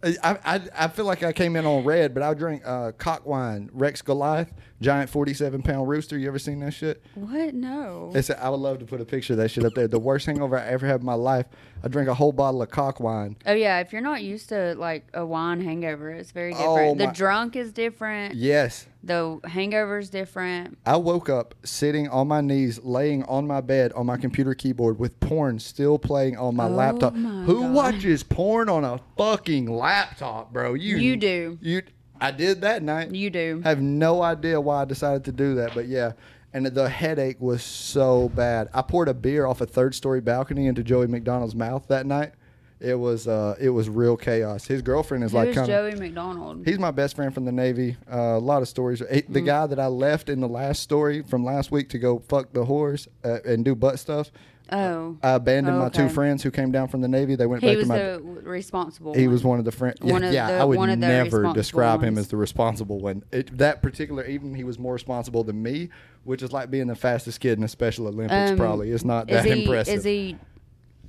I, I I feel like I came in on red, but I drink uh, cock wine, Rex Goliath, giant forty-seven pound rooster. You ever seen that shit? What? No. It's a, I would love to put a picture of that shit up there. The worst hangover I ever had in my life. I drank a whole bottle of cock wine. Oh yeah, if you're not used to like a wine hangover, it's very different. Oh, the my- drunk is different. Yes, The hangover's different. I woke up sitting on my knees, laying on my bed on my computer keyboard with porn still playing on my laptop. Oh my Who God. watches porn on a fucking laptop, bro? You You do. You I did that night. You do. have no idea why I decided to do that, but yeah. And the headache was so bad. I poured a beer off a third story balcony into Joey McDonald's mouth that night. It was uh it was real chaos. His girlfriend is like Who's kind of Joey McDonald? He's my best friend from the Navy. Uh, a lot of stories. Eh, Mm-hmm. The guy that I left in the last story from last week to go fuck the whores uh, and do butt stuff. Oh, I abandoned my two Okay. friends who came down from the Navy. They went he back to was my. the responsible. he one. was one of the friends. Yeah, one of yeah, the- I would one of the never responsible describe him ones. as the responsible one. It, that particular evening, he was more responsible than me, which is like being the fastest kid in the Special Olympics. Um, probably it's not Is that he, impressive. is he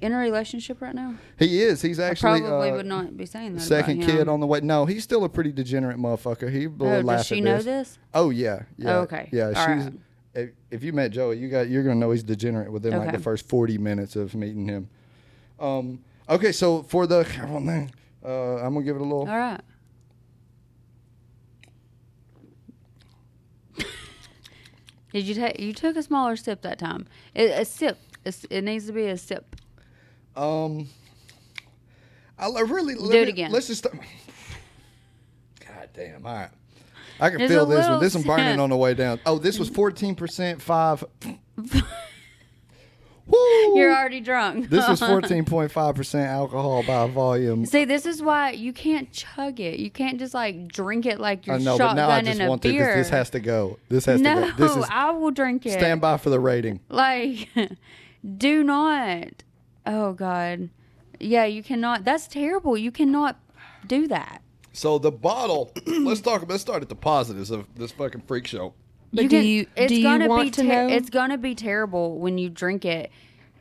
in a relationship right now? He is. He's actually Probably uh, would not be saying that. about second him. kid on the way. No, he's still a pretty degenerate motherfucker. He will Oh, laugh does she at know this. this? Oh yeah. yeah Oh, okay. Yeah. All she's. right. If, if you met Joey, you got you're gonna know he's degenerate within like Okay. the first forty minutes of meeting him. Um. Okay. So for the uh, I'm gonna give it a little. All right. Did you take? You took a smaller sip that time. It, a sip. It's, it needs to be a sip. Um. I I really Do it let me- again. Let's just. Start. God damn! All right. I can There's feel a this one. little This one burning scent. on the way down. Oh, this was fourteen percent five. Woo! You're already drunk. this was fourteen point five percent alcohol by volume. See, this is why you can't chug it. You can't just like drink it like you're I know, but shotgun now I in just a want to beer. because this has to go. This has no, to go. This is I will drink it. stand by for the rating. Like, do not. Oh God. Yeah, you cannot. That's terrible. You cannot do that. So the bottle. let's talk. Let's start at the positives of this fucking freak show. But do you- do you want be to ter- know? It's gonna be terrible when you drink it,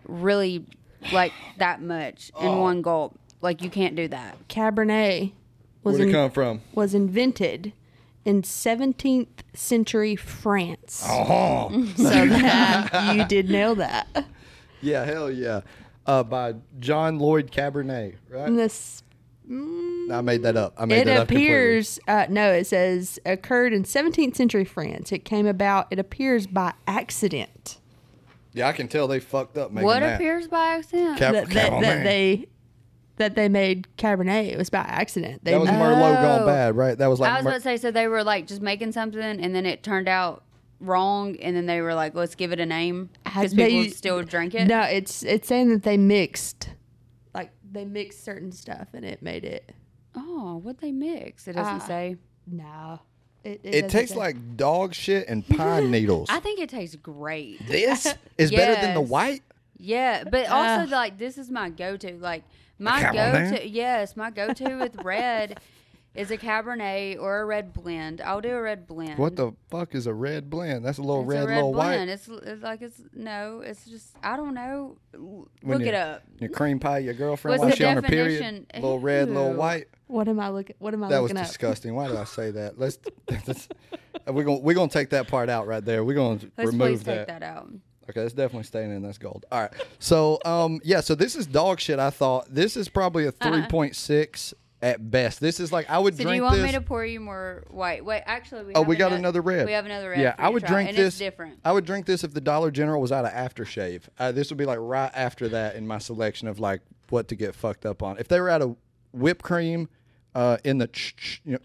really, like that much in Oh. one gulp. Like you can't do that. Cabernet was Where'd it in- come from? was invented in 17th century France. Oh. So that you did know that. Yeah, hell yeah. Uh, by John Lloyd Cabernet, right? And this I made that up. I made it that up appears uh, no, it says occurred in 17th century France. It came about it appears by accident completely. Yeah, I can tell they fucked up making what that. appears by accident? Cap- that, come that, on, that man. they that they made Cabernet. It was by accident. They That was made- Merlot gone Oh. bad, right? That was like I was Mer- about to say, so they were like just making something, and then it turned out wrong, and then they were like, let's give it a name because They- people still drink it. No, it's it's saying that they mixed like they mixed certain stuff and it made it Oh, what they mix? It doesn't Ah. say. no. It, it doesn't tastes say. like dog shit and pine needles. I think it tastes great. this is better than the Yes. white. Yeah, but also like this is my go-to. Like my Come on, man. go-to. Yes, my go-to with red is a Cabernet or a red blend. I'll do a red blend. What the fuck is a red blend? That's a little It's red, a red little blend. white. It's, it's like it's no. It's just I don't know. L- When Look you- it up. You cream pie your girlfriend What's while the she on her period. definition? Little red, little Ew. white. What am I looking? What am I That was looking at? disgusting. Why did I say that? Let's. that's- we're gonna we're gonna take that part out right there. We're gonna Let's remove please take that out. Okay, that's definitely staying in. That's gold. All right. So, um, yeah. So this is dog shit. I thought this is probably a three point six at best. This is like I would Uh-huh. So drink do you want this. me to pour you more white? Wait, actually, we oh, have we got ano- another red. We have another red. Yeah, for you I to would try, drink and this. Uh, It's different. I would drink this if the Dollar General was out of aftershave. Uh, this would be like right after that in my selection of like what to get fucked up on. If they were out of whipped cream, uh, in the ch- ch- you know.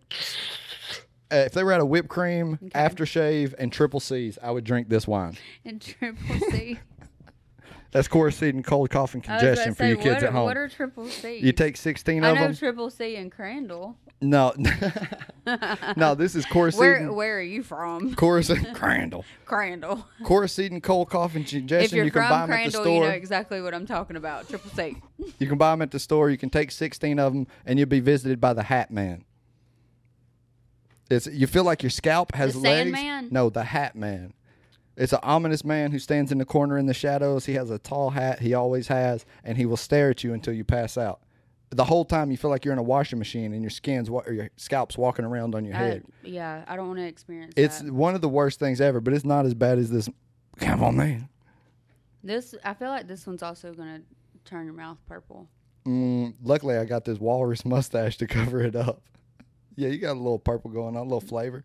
Uh, if they were out of whipped cream, aftershave, and triple C's, I would drink this wine. And triple C. That's quercetin, cold cough, and I was about to congestion for say, you kids what, at are- home. What are triple C? You take 16 I of know them? triple C in Crandall. no. no, this is Where quercetin. Where are you from? Quercetin. Crandall. Crandall. Quercetin, cold cough, and If congestion. you're You can buy from them at the Crandall, you know store. exactly what I'm talking about. Triple C. You can buy them at the store. You can take 16 of them, and you'll be visited by the Hat Man. It's you feel like your scalp has The legs. Sandman? No, the Hat Man. It's an ominous man who stands in the corner in the shadows. He has a tall hat. He always has, and he will stare at you until you pass out. The whole time you feel like you're in a washing machine, and your skin's wa- or your scalp's walking around on your I, head. yeah, I don't want to experience It's that. one of the worst things ever, but it's not as bad as this. Come on, man. This I feel like this one's also gonna turn your mouth purple. Luckily, I got this walrus mustache to cover it up. Yeah, you got a little purple going on, a little flavor,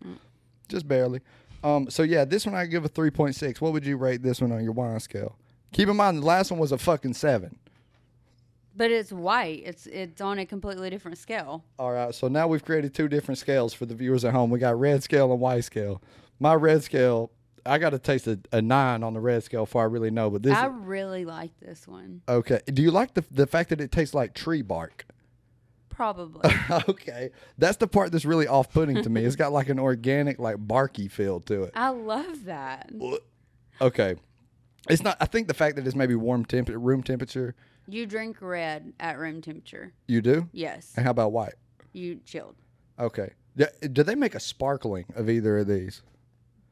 just barely. Um, so yeah, this one I give a three point six. What would you rate this one on your wine scale? Keep in mind the last one was a fucking seven. But it's white. It's it's on a completely different scale. All right, so now we've created two different scales for the viewers at home. We got red scale and white scale. My red scale, I got to taste a, a nine on the red scale before I really know. But this, I really like this one. okay. Do you like the the fact that it tastes like tree bark? Probably. okay. That's the part that's really off putting to me. It's got like an organic, like barky feel to it. I love that. Okay. It's not. I think the fact that it's maybe warm temp, room temperature. You drink red at room temperature. You do. Yes. And how about white? You chilled. Okay. Do, do they make a sparkling of either of these?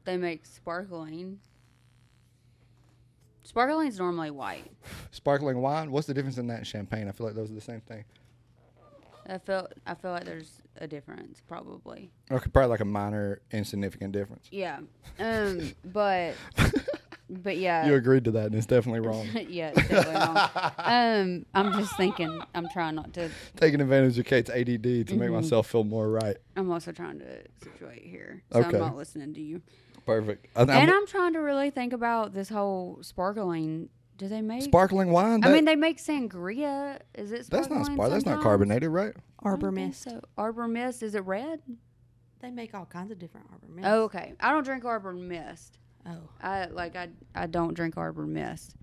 They make sparkling. Sparkling's normally white. Sparkling wine. What's the difference in that and champagne? I feel like those are the same thing. I feel I feel like there's a difference probably. Okay, probably like a minor, insignificant difference. Yeah. Um but but yeah. You agreed to that, and it's definitely wrong. yeah, it's definitely wrong. Um I'm just thinking I'm trying not to Taking advantage of Kate's ADD to Mm-hmm. make myself feel more right. I'm also trying to situate here. So Okay. I'm not listening to you. Perfect. I- I'm- And I'm trying to really think about this whole sparkling do they make sparkling wine. I that- mean they make sangria. Is it that's sparkling? not spark. That's not sometimes? carbonated, right? Arbor I think mist. So Arbor Mist, is it red? They make all kinds of different arbor mist. Oh, okay. I don't drink Arbor Mist. Oh. I like I I don't drink Arbor Mist.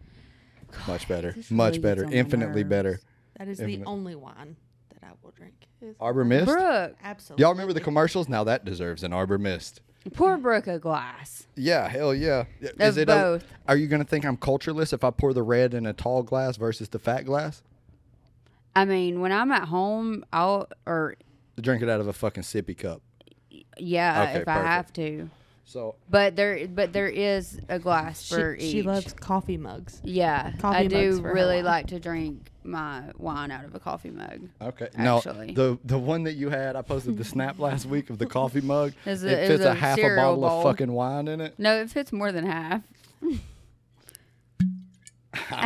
Much better. this really Much gets better. on my Infinitely nerves. better. That is Infinite. the only wine that I will drink. Is Arbor Mist. Brooke, Absolutely. Y'all remember the commercials? Now that deserves an Arbor Mist. pour Brooke a glass. Yeah, hell yeah. Y- Of a- both. are you gonna think I'm cultureless if I pour the red in a tall glass versus the fat glass? I mean, when I'm at home, I'll or Drink it out of a fucking sippy cup. yeah, Okay, if I perfect. have to. So But there, but there is a glass for she, each. she loves coffee mugs. Yeah, coffee I do mugs for her really wine. like to drink my wine out of a coffee mug. okay, Actually. now the the one that you had, I posted the snap last week of the coffee mug. It's a- it it's fits a, a half a cereal bottle bowl. of fucking wine in it. No, it fits more than half.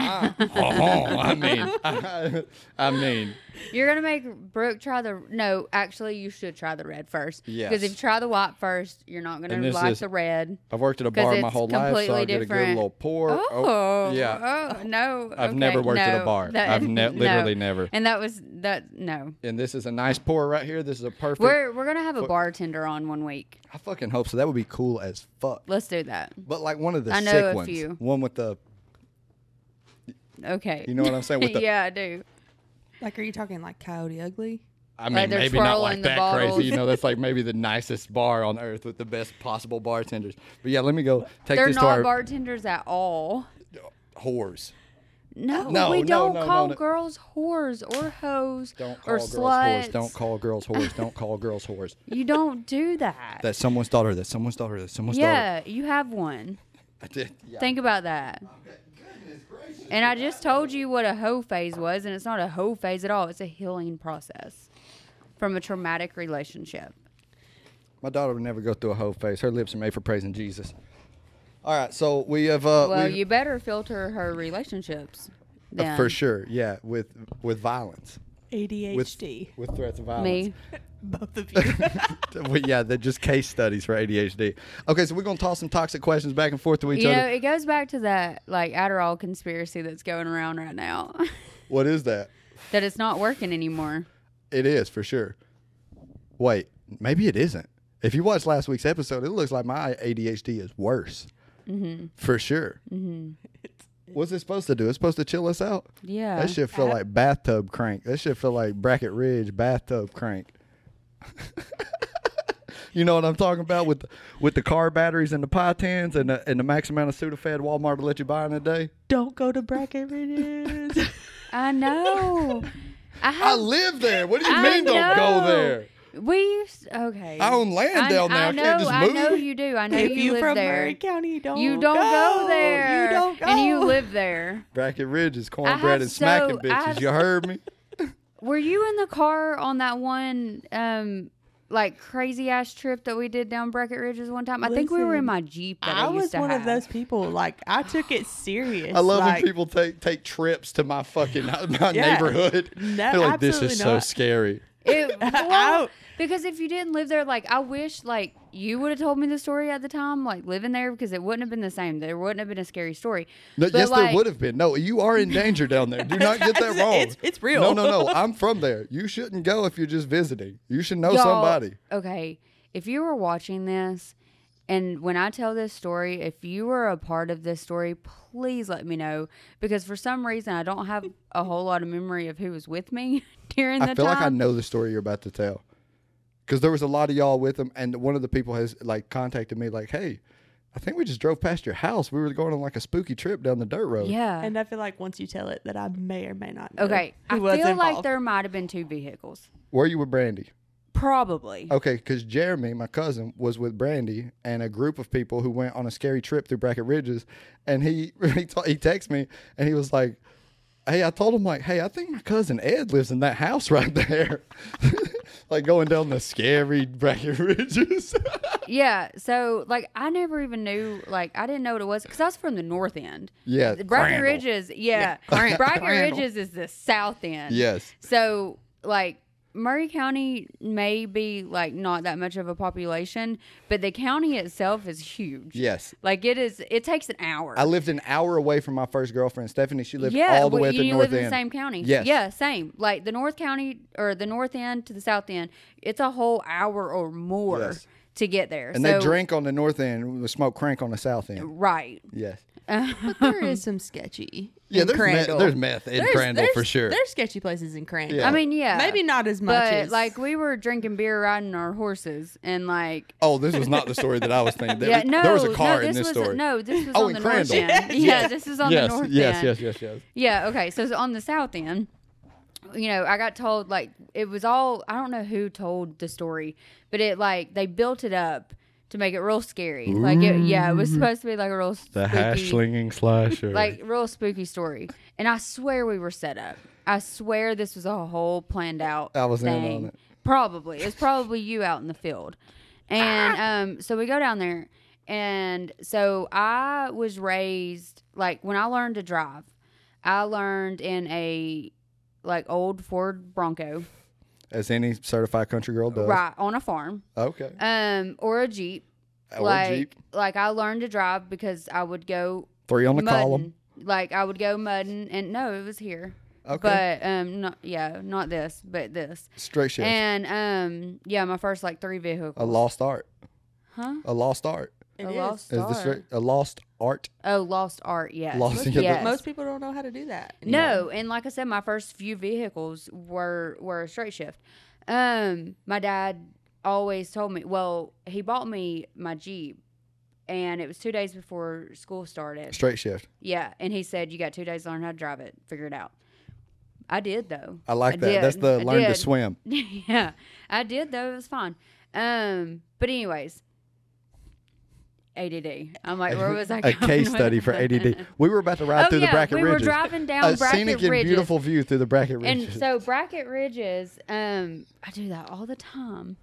I mean, I mean, You're gonna make Brooke try the no. Actually, you should try the red first. Because if Yes. you try the white first, you're not gonna And this like is- the red. I've worked at a 'Cause bar my it's whole life, so I completely get a good different. little pour. Oh, yeah. Oh no, I've okay, never worked at a no, bar. I've ne- no. literally never. And that was that. No, And this is a nice pour right here. This is a perfect. we're we're gonna have a bartender on one week. I fucking hope so. That would be cool as fuck. Let's do that. But like one of the I know sick a ones, few. one with the Okay. You know what I'm saying? With the- yeah, I do. Like, are you talking like Coyote Ugly? I mean, Like they're maybe not twirling like the that bottles. crazy. You know, that's like maybe the nicest bar on earth with the best possible bartenders. But yeah, let me go take They're this to our not bartenders at all. whores. No, No, we no, don't no, no, call no. girls whores or hoes Don't call or girls sluts. whores. Don't call girls whores. Don't call girls whores. You don't do that. That's someone's daughter. That's someone's daughter. That's someone's daughter. yeah, you have one. I did. Yeah. Think about that. And I just told you what a hoe phase was, and it's not a hoe phase at all. It's a healing process from a traumatic relationship. My daughter would never go through a whole face. Her lips are made for praising Jesus. All right, so we have uh, Well, we- Uh, you better filter her relationships. Then. for sure. Yeah, with with violence, with ADHD. with threats of violence. Me. Both of you. well, yeah, they're just case studies for ADHD. Okay, so we're gonna toss some toxic questions back and forth to each You know, other. it goes back to that like Adderall conspiracy that's going around right now. What is that? that it's not working anymore. It is for sure. Wait, maybe it isn't. If you watched last week's episode, it looks like my ADHD is worse. For sure. What's it supposed to do? It's supposed to chill us out. Yeah. That shit feel like bathtub crank. That shit feel like bracket ridge bathtub crank. you know what I'm talking about with with the car batteries and the pie tins and the, and the max amount of Sudafed Walmart will let you buy in a day. Don't go to bracket readers. I know. I I have. live there. What do you I mean don't go know. there? we used okay. I own land down there. I know. can't just move. I know you do. I know if you you live from there. Murray County, don't Oh, You don't go, there. You don't go. And you live there. Bracket Ridge is I cornbread have and smacking so- I bitches. have- You heard me? Were you in the car on that one um like crazy ass trip that we did down Bracket Ridges one time? I think we were in Listen, my Jeep that I, I used was to one of have. those people. Like I took it serious. I love like, when people take take trips to my fucking my Yeah. neighborhood. No, They're like, this is absolutely so not." scary. It, well, Out. because if you didn't live there, like I wish, like you would have told me the story at the time, like living there, because it wouldn't have been the same. There wouldn't have been a scary story. No, But, yes, like, there would have been. No, you are in danger down there. Do not get that It's- wrong. it's- it's real. No, no, no. I'm from there. You shouldn't go if you're just visiting. You should know y'all- somebody. Okay, if you were watching this, and when I tell this story, if you were a part of this story, please let me know because for some reason I don't have a whole lot of memory of who was with me during the I feel time. like I know the story you're about to tell. Because there was a lot of y'all with them, and one of the people has like contacted me, like, "Hey, I think we just drove past your house. We were going on like a spooky trip down the dirt road. Yeah. And I feel like once you tell it, that I may or may not. Know okay. who I feel was like involved. there might have been two vehicles. Were you with Brandy? Probably. Okay, because Jeremy, my cousin, was with Brandy and a group of people who went on a scary trip through Bracket Ridges, and he he, ta- he texted me and he was like, "Hey, I told him like, hey, I think my cousin Ed lives in that house right there, like going down the scary Bracket Ridges." Yeah. So like I never even knew like I didn't know what it was because I was from the north end. Yeah, The Bracken Crandall. Ridges. Yeah. Cran- Bracken Crandall. Ridges is the south end. Yes. So like Murray County may be like not that much of a population, but the county itself is huge. Yes. Like it is. It takes an hour. I lived an hour away from my first girlfriend, Stephanie. She lived yeah, all the well, way at you the you north live end. in the same county. Yes. Yeah, same. Like the north county or the north end to the south end, it's a whole hour or more Yes. to get there. And so, they drink on the north end, smoke crank on the south end. Right. Yes. But there is some sketchy. Yeah, in there's, meth- Crandall. there's meth in There's- Crandall for there's- sure. There's sketchy places in Crandall. Yeah. I mean, yeah. Maybe not as much But as- like we were drinking beer, riding our horses, and like Oh, this was not the story that I was thinking. There, yeah, no, there was a no, car in this this was story. no, this was Oh, on in the north Crandall. end. Yeah, this is on yes, the north end. yes, yes, yes, yes. Yeah, okay. So it's on the south end. You know, I got told like it was all I don't know who told the story, but it like they built it up to make it real scary. Like it, yeah, it was supposed to be like a real spooky, slasher. like real spooky story. And I swear we were set up. I swear this was a whole planned out. I was in on thing. it. Probably it's probably you out in the field, and um, so we go down there, and so I was raised like when I learned to drive, I learned in a like old Ford Bronco, as any certified country girl does. right on a farm, Okay. um, or a Jeep. Or like, Jeep. like I learned to drive because I would go Three on the mudding. column. Like I would go mudding, and no, it was here. Okay. But um, not yeah, not this, but this. Straight shift. And um, yeah, my first like three vehicles. a lost art. Huh? A lost art. It A is. lost Is the art. straight, a lost art. oh, lost art. Yes. Lost- yeah, yes. Most people don't know how to do that. no, and like I said, my first few vehicles were were a straight shift. Um, my dad always told me. Well, he bought me my Jeep, and it was two days before school started. Straight shift. Yeah, and he said you got two days to learn how to drive it. Figure it out. I did though. I like that. That's did. the I learn to did. swim. yeah, I did though. It was fun. Um, but anyways, ADD. I'm like, where was I? A going case with study for that? ADD. We were about to ride Oh, through the yeah, bracket we were ridges. driving down a Bracket scenic and Ridges. beautiful view through the bracket ridges. And so bracket ridges. Um, I do that all the time.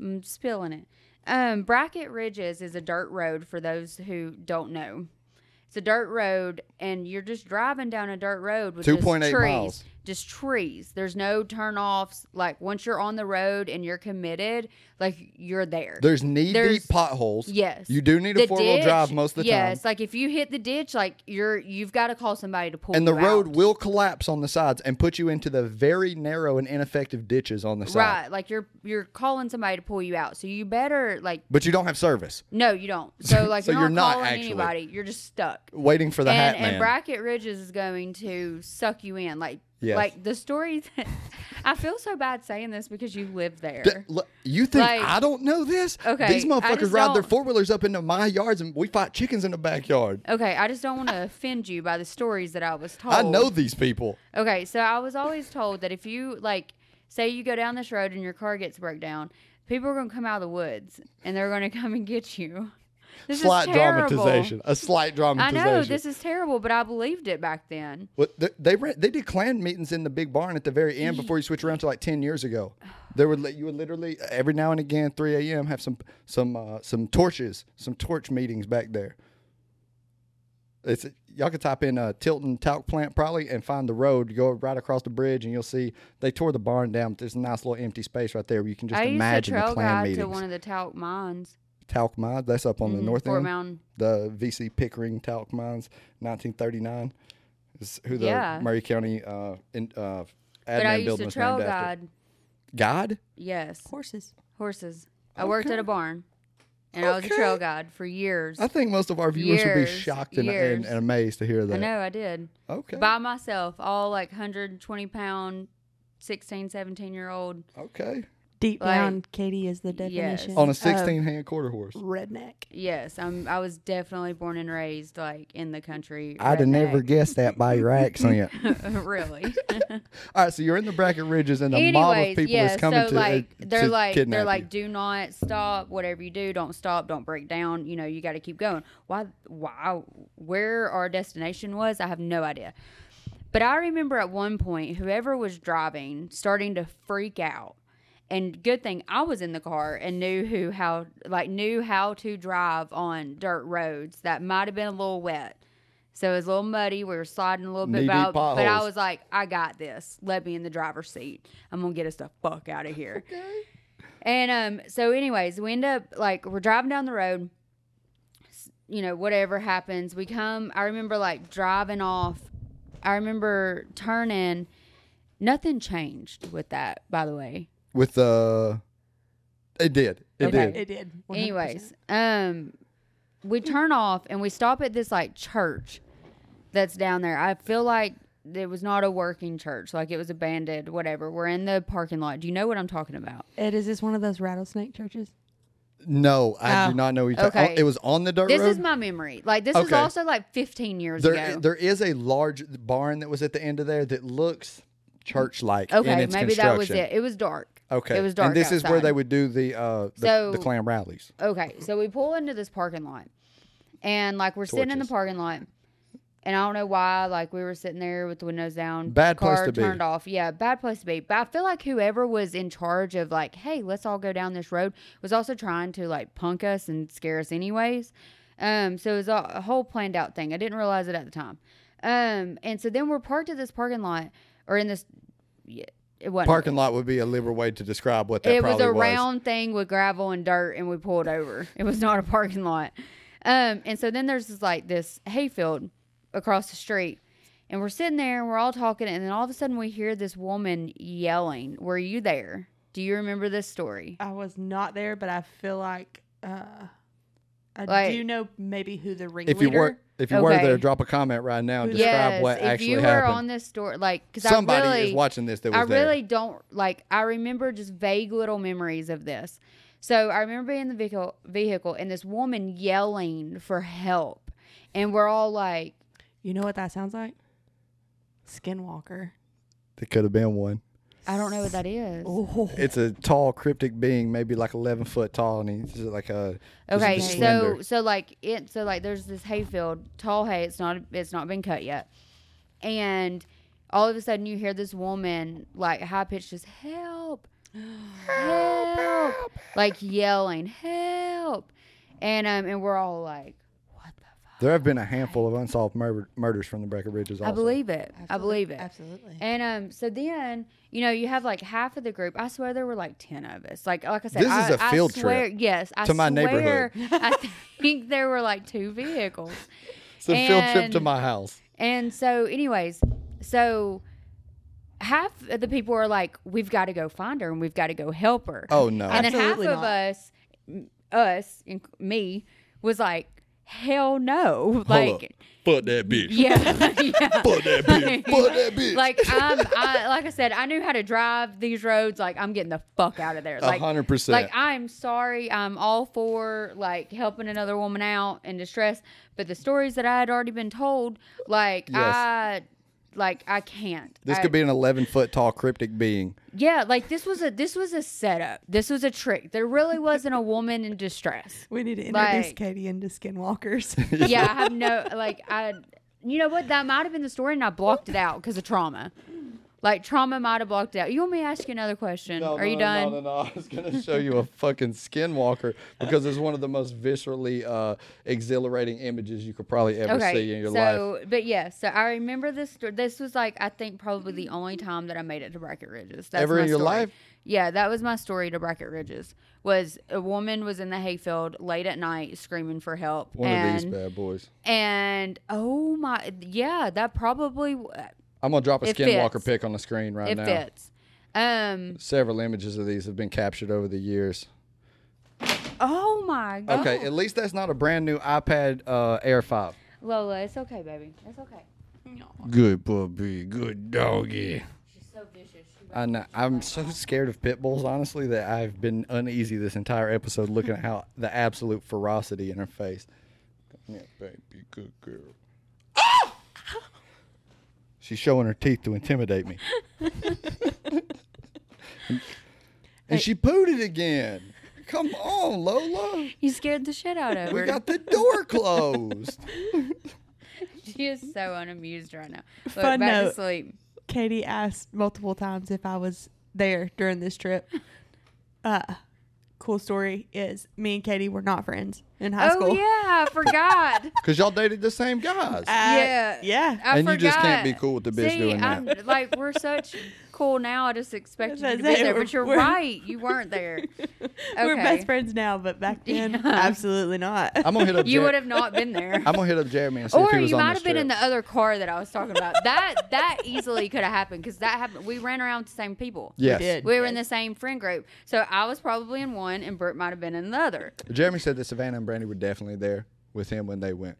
I'm spilling it. Um, bracket ridges is a dirt road for those who don't know. It's a dirt road, and you're just driving down a dirt road with just 2.8 trees. miles. Just trees. There's no turnoffs. Like once you're on the road and you're committed, like you're there. there's knee There's- deep potholes. Yes. You do need a The four wheel ditch, drive most of the time. Yes, like if you hit the ditch, like you're you've got to call somebody to pull. and the you road out. will collapse on the sides and put you into the very narrow and ineffective ditches on the side. Right, like you're you're calling somebody to pull you out, so you better like But you don't have service. no, you don't. So like So you're, you're not not calling actually. anybody, you're just stuck. Waiting for the and, hat man. and bracket ridges is going to suck you in, like Yes. like the story. That, I feel so bad saying this because you live there. D- l- you think Like- I don't know this? Okay, These I motherfuckers just ride their don't- four wheelers up into my yards and we fight chickens in the backyard. okay, I just don't want to offend you by the stories that I was told. I know these people. Okay, so I was always told that if you like say you go down this road and your car gets broke down, people are gonna come out of the woods and they're gonna come and get you. This slight is terrible. dramatization. A slight I dramatization. know this is terrible, but I believed it back then. What- th- they ran, they did clan meetings in the big barn at the very end before you switch around to like ten years ago. There would let you would literally every now and again three a.m. have some some uh, some torches, some torch meetings back there. It's y'all could type in uh, Tilton Talc Plant probably and find the road. Go right across the bridge and you'll see they tore the barn down. but There's a nice little empty space right there where you can just I used to imagine the trail clan guide to meetings. one of the talc mines, Talc mines that's up on the Mhm, north Fort end. Mountain. the VC Pickering talc mines, 1939, is who the Yeah. Murray County uh, in, uh, But I admin used building to was trail named after. guide. God? Yes, Horses. horses. I worked at a barn, and I was a Okay. trail guide for years. I think most of our viewers would Years, be shocked and, and, years. and amazed to hear that. I know I did. Okay. By myself, all like 120 pound, 16, 17 year old Okay. Deep Like- down, Katie is the Yes. definition on a of 16 hand quarter horse. redneck. Yes, I'm. I was definitely born and raised like in the country. I'd have never redneck. guessed that by your accent. really. All right, so you're in the bracket ridges, and the mob of Anyways, people yeah. is coming so to, like uh, they're to like kidnap they're you. like do not stop. Whatever you do, don't stop. Don't break down. You know you got to keep going. Why? Why? Where our destination was, I have no idea. But I remember at one point, whoever was driving starting to freak out. And good thing I was in the car and knew who how like knew how to drive on dirt roads that might have been a little wet. So it was a little muddy. We were sliding a little bit, Knee-deep but I- but I potholes. was like, I got this. Let me in the driver's seat. I'm gonna get us the fuck out of here. And um, so anyways, we end up like we're driving down the road. S- You know, whatever happens, we come. I remember like driving off. I remember turning. Nothing changed with that, by the way. with the. It did. It Okay. did. It did. 100%. Anyways, um, we turn off and we stop at this like church that's down there. I feel like it was not a working church, like it was abandoned, whatever. We're in the parking lot. Do you know what I'm talking about? Ed, is this one of those rattlesnake churches? No, I do not know. What you're talking- okay. It was on the dirt This road. is my memory. Like this is Okay. also like 15 years there, ago. there is a large barn that was at the end of there that looks church-like. in okay, its maybe that was construction. it. It was dark. Okay, it was dark. And this is where outside. they would do the uh, the, the So- clam rallies. Okay, so we pull into this parking lot, and like we're sitting in the Torches. parking lot, and I don't know why. Like we were sitting there with the windows down, Bad place car to be. turned off. Yeah, bad place to be. But I feel like whoever was in charge of like, hey, let's all go down this road, was also trying to like punk us and scare us, anyways. Um, so it was a, a whole planned out thing. I didn't realize it at the time. Um, and so then we're parked at this parking lot or in this. yeah, It wasn't Parking lot would be a liberal way to describe what that it was probably a round thing with gravel and dirt and we pulled over it was not a parking lot um and so then there's this, like this hayfield across the street and we're sitting there and we're all talking and then all of a sudden we hear this woman yelling were you there do you remember this story I was not there, but I feel like uh, I Like- do know maybe who the ringleader. If you were if you were Okay. there, drop a comment right now and describe what if actually you were happened. on this story like because Somebody I really, is watching this that was I there. really don't like. I remember just vague little memories of this. So I remember being in the vehicle, vehicle, and this woman yelling for help, and we're all like, you know what that sounds like? Skinwalker. There could have been one. "I don't know what that is." Oh, It's a tall cryptic being, maybe like eleven foot tall, and he's just like a just Okay, slender. so so like it, so like there's this hayfield, tall hay. It's not it's not been cut yet, and all of a sudden you hear this woman like high pitched, just help, help, like yelling, help, and um and we're all like, what the fuck? there have been a handful of unsolved murder, murders from the Breckenridges. Also. I believe it. I believe it. Absolutely. And um, so then you know you have like half of the group. I swear there were like ten of us. Like like I said, This I, is a I field trip swear, Yes, I to my swear, neighborhood. I think there were like two vehicles. it's a field trip to and- my house. And so, anyways, so half of the people are like, "We've got to go find her and we've got to go help her." Oh no! and then half Absolutely of not. us, us, inc- me, was like, "Hell no!" Hold Like, up. Fuck that bitch. yeah, yeah. Fuck that bitch. Fuck that bitch. like I'm, I, like I said, I knew how to drive these roads. Like I'm getting the fuck out of there. A Like hundred percent. Like I'm sorry. I'm all for like helping another woman out in distress, but the stories that I had already been told, like Yes. I, like I can't. this I- could be an eleven foot tall cryptic being. Yeah, like this was a this was a setup. This was a trick. There really wasn't a woman in distress. we need to introduce Like- Katie into skinwalkers. yeah, I have no like I. You know what? That might have been the story, and I blocked it out because of trauma. Like trauma might have blocked it out. You want me to ask you another question? Are you done? No, no, no. I was gonna show you a fucking skinwalker because it's one of the most viscerally uh, exhilarating images you could probably ever see in your so, life. but yeah, so I remember this. Sto- this was like I think probably the only time that I made it to Bracket Ridges. That's Ever my in your story. life? Yeah, that was my story to Bracket Ridges. Was a woman was in the hayfield late at night screaming for help. One and, of these bad boys. And oh my, yeah, that probably w- I'm gonna drop a It skinwalker fits. pic on the screen right it now. fits. Um. Several images of these have been captured over the years. Oh my god. Okay, at least that's not a brand new iPad uh, Air 5. Lola, it's okay, baby. It's okay. Good puppy, good doggy. She's so vicious. I know. I'm so scared of pit bulls, honestly, that I've been uneasy this entire episode looking at how the absolute ferocity in her face. Come here, baby, good girl. Ah! She's showing her teeth to intimidate me. and she pooed it again. Come on, Lola. You scared the shit out of her. We got the door closed. she is so unamused right now. Look, Fun back to note. sleep. Katie asked multiple times if I was there during this trip. Uh, cool story is me and Katie were not friends in high oh school. yeah, I forgot. Because y'all dated the same Uh, guys. Yeah. yeah. I And you just can't forgot. be cool with the bitch See, doing I'm, that. Like we're such cool now. I just expected you to be That's it. there, but you're We're- right. You weren't there. We're Uh, Okay. best friends now, but back then, absolutely not. I'm gonna hit up. You Jer- would have not been there. I'm gonna hit up Jeremy and see if Or he was you on might this have been in trip. the other car that I was talking about. that that easily could have happened because that happened. We ran around with the same people. Yes. did. We were in the same friend group. So I was probably in one and Bert might have been in the other. Jeremy said that Savannah and Brandy were definitely there with him when they went.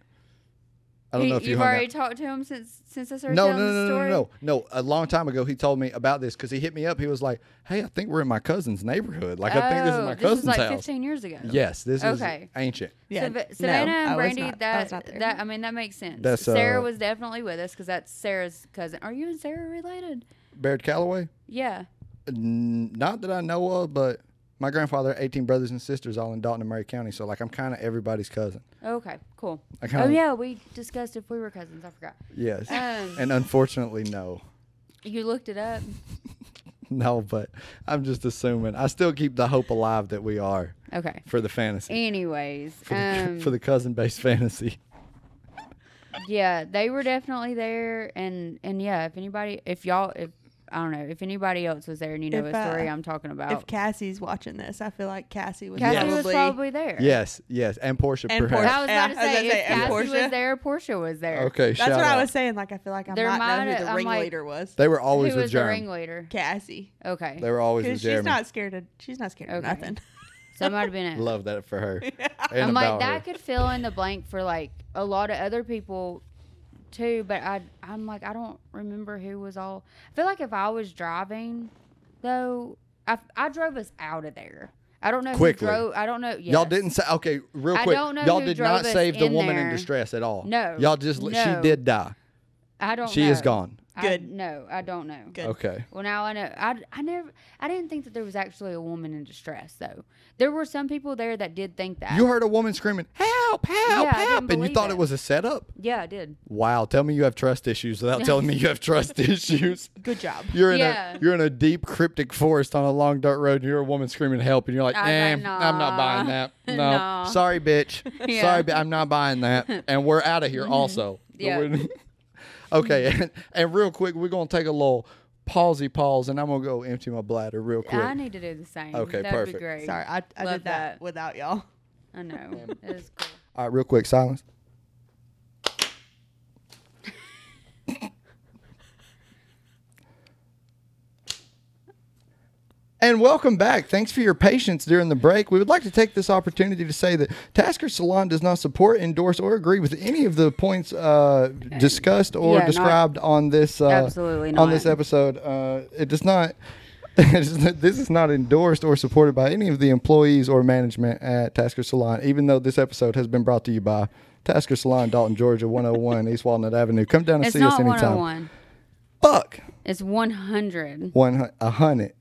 I don't He- know if you you've hung already out. talked to him since since I started No, no, telling no, the no, no, story. no, no. A long time ago, he told me about this because he hit me up. He was like, "Hey, I think we're in my cousin's neighborhood. Like, I think this is Oh, my this was cousin's like house." 15 years ago. Yes, this Okay. is ancient. Yeah, Sav- no, Savannah I and was Brandy, not- I was that, not there. that um, I mean that makes sense. That's, uh, Sarah was definitely with us because that's Sarah's cousin. Are you and Sarah related? Baird Calloway, Yeah. N- not that I know of, but my grandfather, had 18 brothers and sisters, all in Dalton and Murray County. So like, I'm kind of everybody's cousin. Okay. Cool. I Oh kinda- yeah, we discussed if we were cousins. I forgot. Yes, Um, and unfortunately, no. You looked it up. No, but I'm just assuming. I still keep the hope alive that we are Okay. for the fantasy. Anyways, for the, um, for the cousin based fantasy. yeah, they were definitely there, and and yeah, if anybody, if y'all, if I don't know, if anybody else was there, and you know If, what story uh, I'm talking If about, Cassie's watching this, I feel like Cassie was Oh. Cassie probably. was probably there. Yes, yes, and Portia And perhaps. I was Yeah, about to I was say, gonna say, if and Cassie Portia. was there, Portia was there. Okay, That's shout what out. I was saying. Like I feel like I There might know might- who the I'm like- ringleader was. They were Who always was with the Jeremy. ringleader? Cassie, Okay, They were always with because she's Jeremy. not scared of she's not scared of Okay. nothing. so it might have been it. Love that for her. And I'm like about that her. could fill in the blank for like a lot of other people too, but I I'm like I don't remember who was all. I feel like if I was driving though, I I drove us out of there. I don't know Quickly. who drove. I don't know. Y'all yes. didn't say okay, real I quick. don't know y'all who did drove not us save the in woman in there. distress at all. No, Y'all just she no. did die. I don't. She is know. gone. I- Good. no, I don't know. Good. Okay. Well, now I know. I, I never. I didn't think that there was actually a woman in distress though. There were some people there that did think that. You heard a woman screaming, "Help! Help! Yeah, I didn't help!" And you believe thought it. it was a setup. yeah, I did. Wow! Tell me you have trust issues without telling me you have trust issues. Good job. You're in Yeah. a you're in a deep cryptic forest on a long dirt road, and you're a woman screaming help, and you're like, I was eh, like, I'm not buying nah. that. No, Nah. sorry, bitch. Yeah. Mm-hmm. Sorry, but I'm not buying that. And we're out of here. Also, Yeah. okay, and, and real quick, we're gonna take a little pausey pause, and I'm gonna go empty my bladder real quick. I need to do the same. Okay, That'd perfect. Be great. Sorry, I, I Love did that, that. without y'all. I know. It was cool. All right, real quick, silence. And welcome back. Thanks for your patience during the break. We would like to take this opportunity to say that Tasker Salon does not support, endorse, or agree with any of the points uh, discussed or Yeah, not- described on this uh, Absolutely on this not. episode. Uh, it does not. this is not endorsed or supported by any of the employees or management at Tasker Salon, even though this episode has been brought to you by Tasker Salon, Dalton, Georgia, 101 East Walnut Avenue. Come down and It's see not us anytime. 101. Fuck. It's 100. One, hun- a hundred.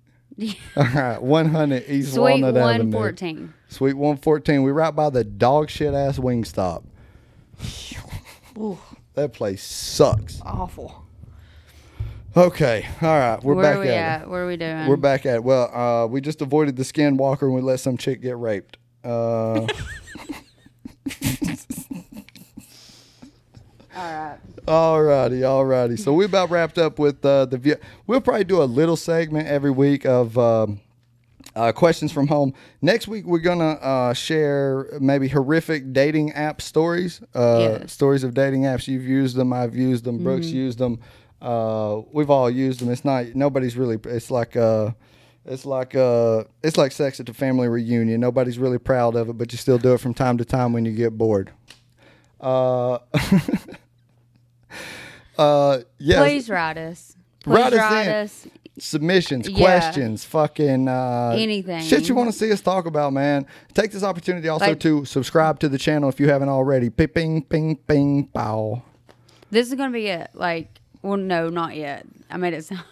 All right, 100 East Sweet Walnut Avenue. 114. Sweet 114. We right by the dog shit ass Wingstop. that place sucks. Awful. Okay. All right. We're Where back are we at, at? it. What are we doing? We're back at it. Well, uh, we just avoided the skinwalker and we let some chick get raped. Uh, All right. Alrighty, alrighty. So we about wrapped up with uh, the. Viet- We'll probably do a little segment every week of um, uh, questions from home. Next week we're gonna uh, share maybe horrific dating app stories. Uh, Yes. Stories of dating apps. You've used them. I've used them. Brooks used them. Uh, we've all used them. It's not. Nobody's really. It's like. Uh, it's like uh, it's like sex at the family reunion. Nobody's really proud of it, but you still do it from time to time when you get bored. Uh, uh, yeah. Please write us. Please Write us write in. us. submissions, Yeah. questions, fucking uh, Anything. shit you want to see us talk about, man. Take this opportunity also Like- to subscribe to the channel if you haven't already. Ping, ping, ping, ping, pow. This is gonna be it. Like, well, no, not yet. I made it sound.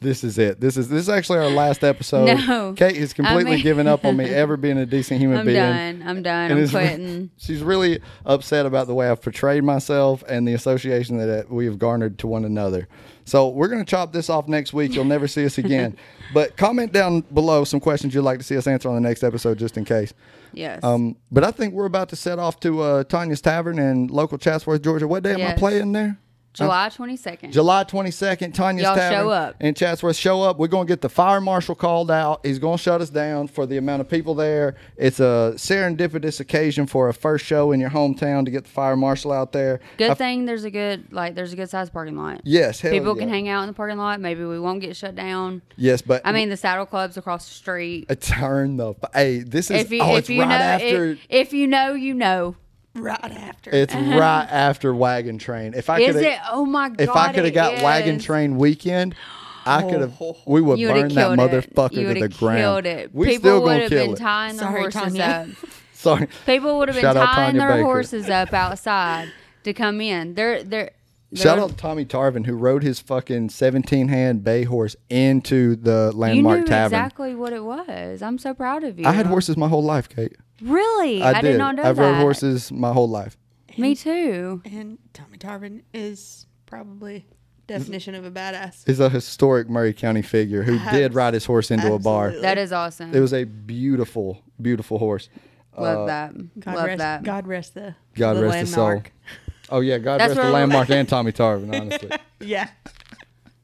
This is it. This is this is actually our last episode. No. Kate has I completely mean- given up on me ever being a decent human I'm being. done. I'm done. And I'm it's re- quitting. she's really upset about the way I've portrayed myself and the association that we have garnered to one another. So we're going to chop this off next week. You'll never see us again. but comment down below some questions you'd like to see us answer on the next episode, just in case. Yes. Um, but I think we're about to set off to uh, Tanya's Tavern in local Chatsworth, Georgia. What day am I Yes. playing there? July 22nd. July 22nd, Tanya's Y'all show Tavern up. in Chatsworth. Show up. We're going to get the fire marshal called out. He's going to shut us down for the amount of people there. It's a serendipitous occasion for a first show in your hometown to get the fire marshal out there. good I- thing there's a good like there's a good sized parking lot. Yes, hell People can yeah. hang out in the parking lot. Maybe we won't get shut down. Yes, but I mean, the Saddle Club's across the street. a turn the hey. This is If you oh, if it's you right know after. if, if you know you know. Right after. it's right after wagon train. If I Is coulda- it? Oh my god! if I could have it got wagon is. train weekend, I could have. We would You burn would've that killed it. motherfucker You to the would've ground. Killed it. We People still would gonna have kill been it. tying their Sorry, horses Tanya. up. Sorry. People would have been Shout out tying Tanya their Baker. horses up outside to come in. They're they're. Shout they're- out to Tommy Tarvin who rode his fucking 17 hand bay horse into the You landmark knew tavern. exactly what it was. I'm so proud of you. I had horses my whole life, Kate. Really, I, I, did. not know I've that. rode horses my whole life. Me too. and Tommy Tarvin is probably definition of a badass. He's a historic Murray County figure who did ride his horse into a bar. Absolutely. That is awesome. It was uh, a beautiful, beautiful horse. Love that. God Love rest, that. God rest the God the rest his soul. landmark. Oh yeah, God That's rest the where- landmark and Tommy Tarvin. Honestly, Yeah.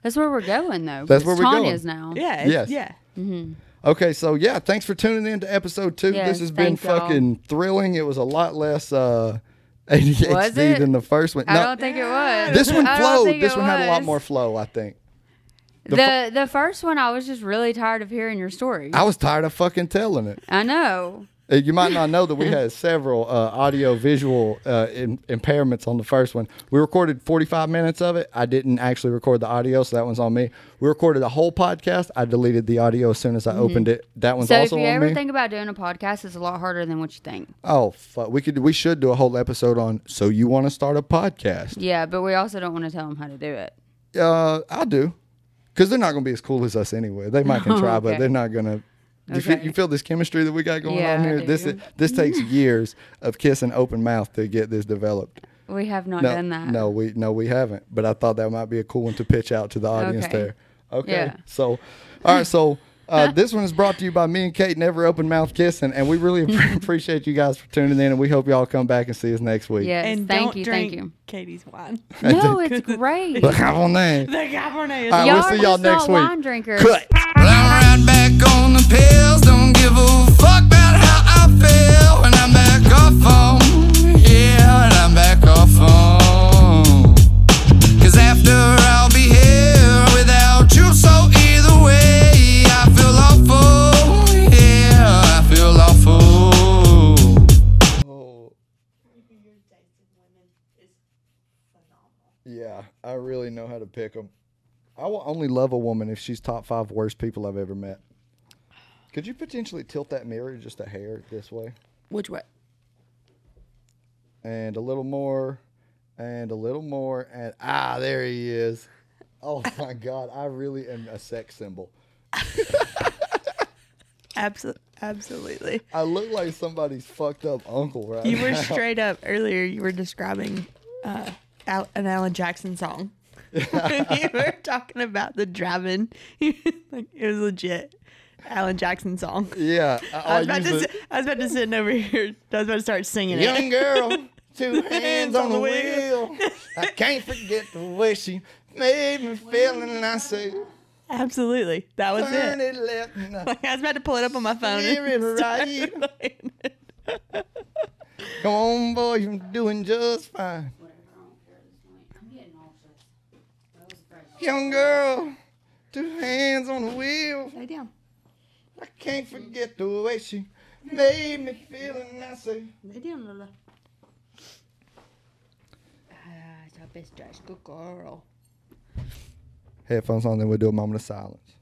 That's where we're going though. That's because where we're Tanya's now. Yeah. it's- Yes. Yeah. Okay, so yeah, thanks for tuning in to episode two. this Yes, has been thanks, y'all. fucking thrilling. It was a lot less uh, ADHD it? than the first one. I No, don't think it was. this one I don't flowed. think This it one had a lot was. more flow, I think. The the, first one, I was just really tired of hearing your story. I was tired of fucking telling it. I know. Uh, You might not know that we had several uh, audio visual uh, im- impairments on the first one. We recorded 45 minutes of it. I didn't actually record the audio, so that one's on me. We recorded a whole podcast. I deleted the audio as soon as I opened it. That one's Mm-hmm. So if also you on ever me. think about doing a podcast, it's a lot harder than what you think. oh fuck, we could we should do a whole episode on. So you want to start a podcast? Yeah, but we also don't want to tell them how to do it. Uh, I do, because they're not going to be as cool as us anyway. They might can try, but Okay. they're not going to. You, feel, Okay. you feel this chemistry that we got going Yeah, on I here. This do. this takes years of kissing open mouth to get this developed. We have not no, done that. No, we no we haven't. But I thought that might be a cool one to pitch out to the audience Okay. there. Okay. Yeah. So, all right. So uh, this one is brought to you by me and Kate. Never open mouth kissing, and we really appre- appreciate you guys for tuning in, and we hope y'all come back and see us next week. Yes. And thank don't you. drink Thank you. Katie's wine. No, it's great. Look, have on that. the Cabernet is All Y'all right, we'll are see y'all just not next week. wine drinkers. Cut. Well, I'm right back on the pills. Don't give a fuck about how I feel when I'm back off on. Yeah, when I'm back off on. Cause after I'll be here without you, so either way, I feel awful. Yeah, I feel awful. Yeah, I really know how to pick them. I will only love a woman if she's top five worst people I've ever met. Could you potentially tilt that mirror just a hair this way? Which way? and a little more and a little more and ah there he is oh my god i really am a sex symbol Absolutely. Absolutely. i look like somebody's fucked up uncle right You were now. straight up earlier. You were describing uh, Al- an Alan Jackson song. when you were talking about the driving, like it was legit Alan Jackson song. yeah I, I was, I about to, use sit- I was about to sit over here. I was about to start singing the- young it. girl two hands on the wheel i can't forget the way she made me feel and i say Absolutely, that was turn it. it left and I Like I was about to pull it up on my phone. steer and it start right playing it. come on boy you're doing just fine young girl two hands on the wheel Lay down. I can't forget the way she made me feel, and I say, Lay down, Lola. Ah, it's a best dressed good girl. headphones on, then we'll do a moment of silence.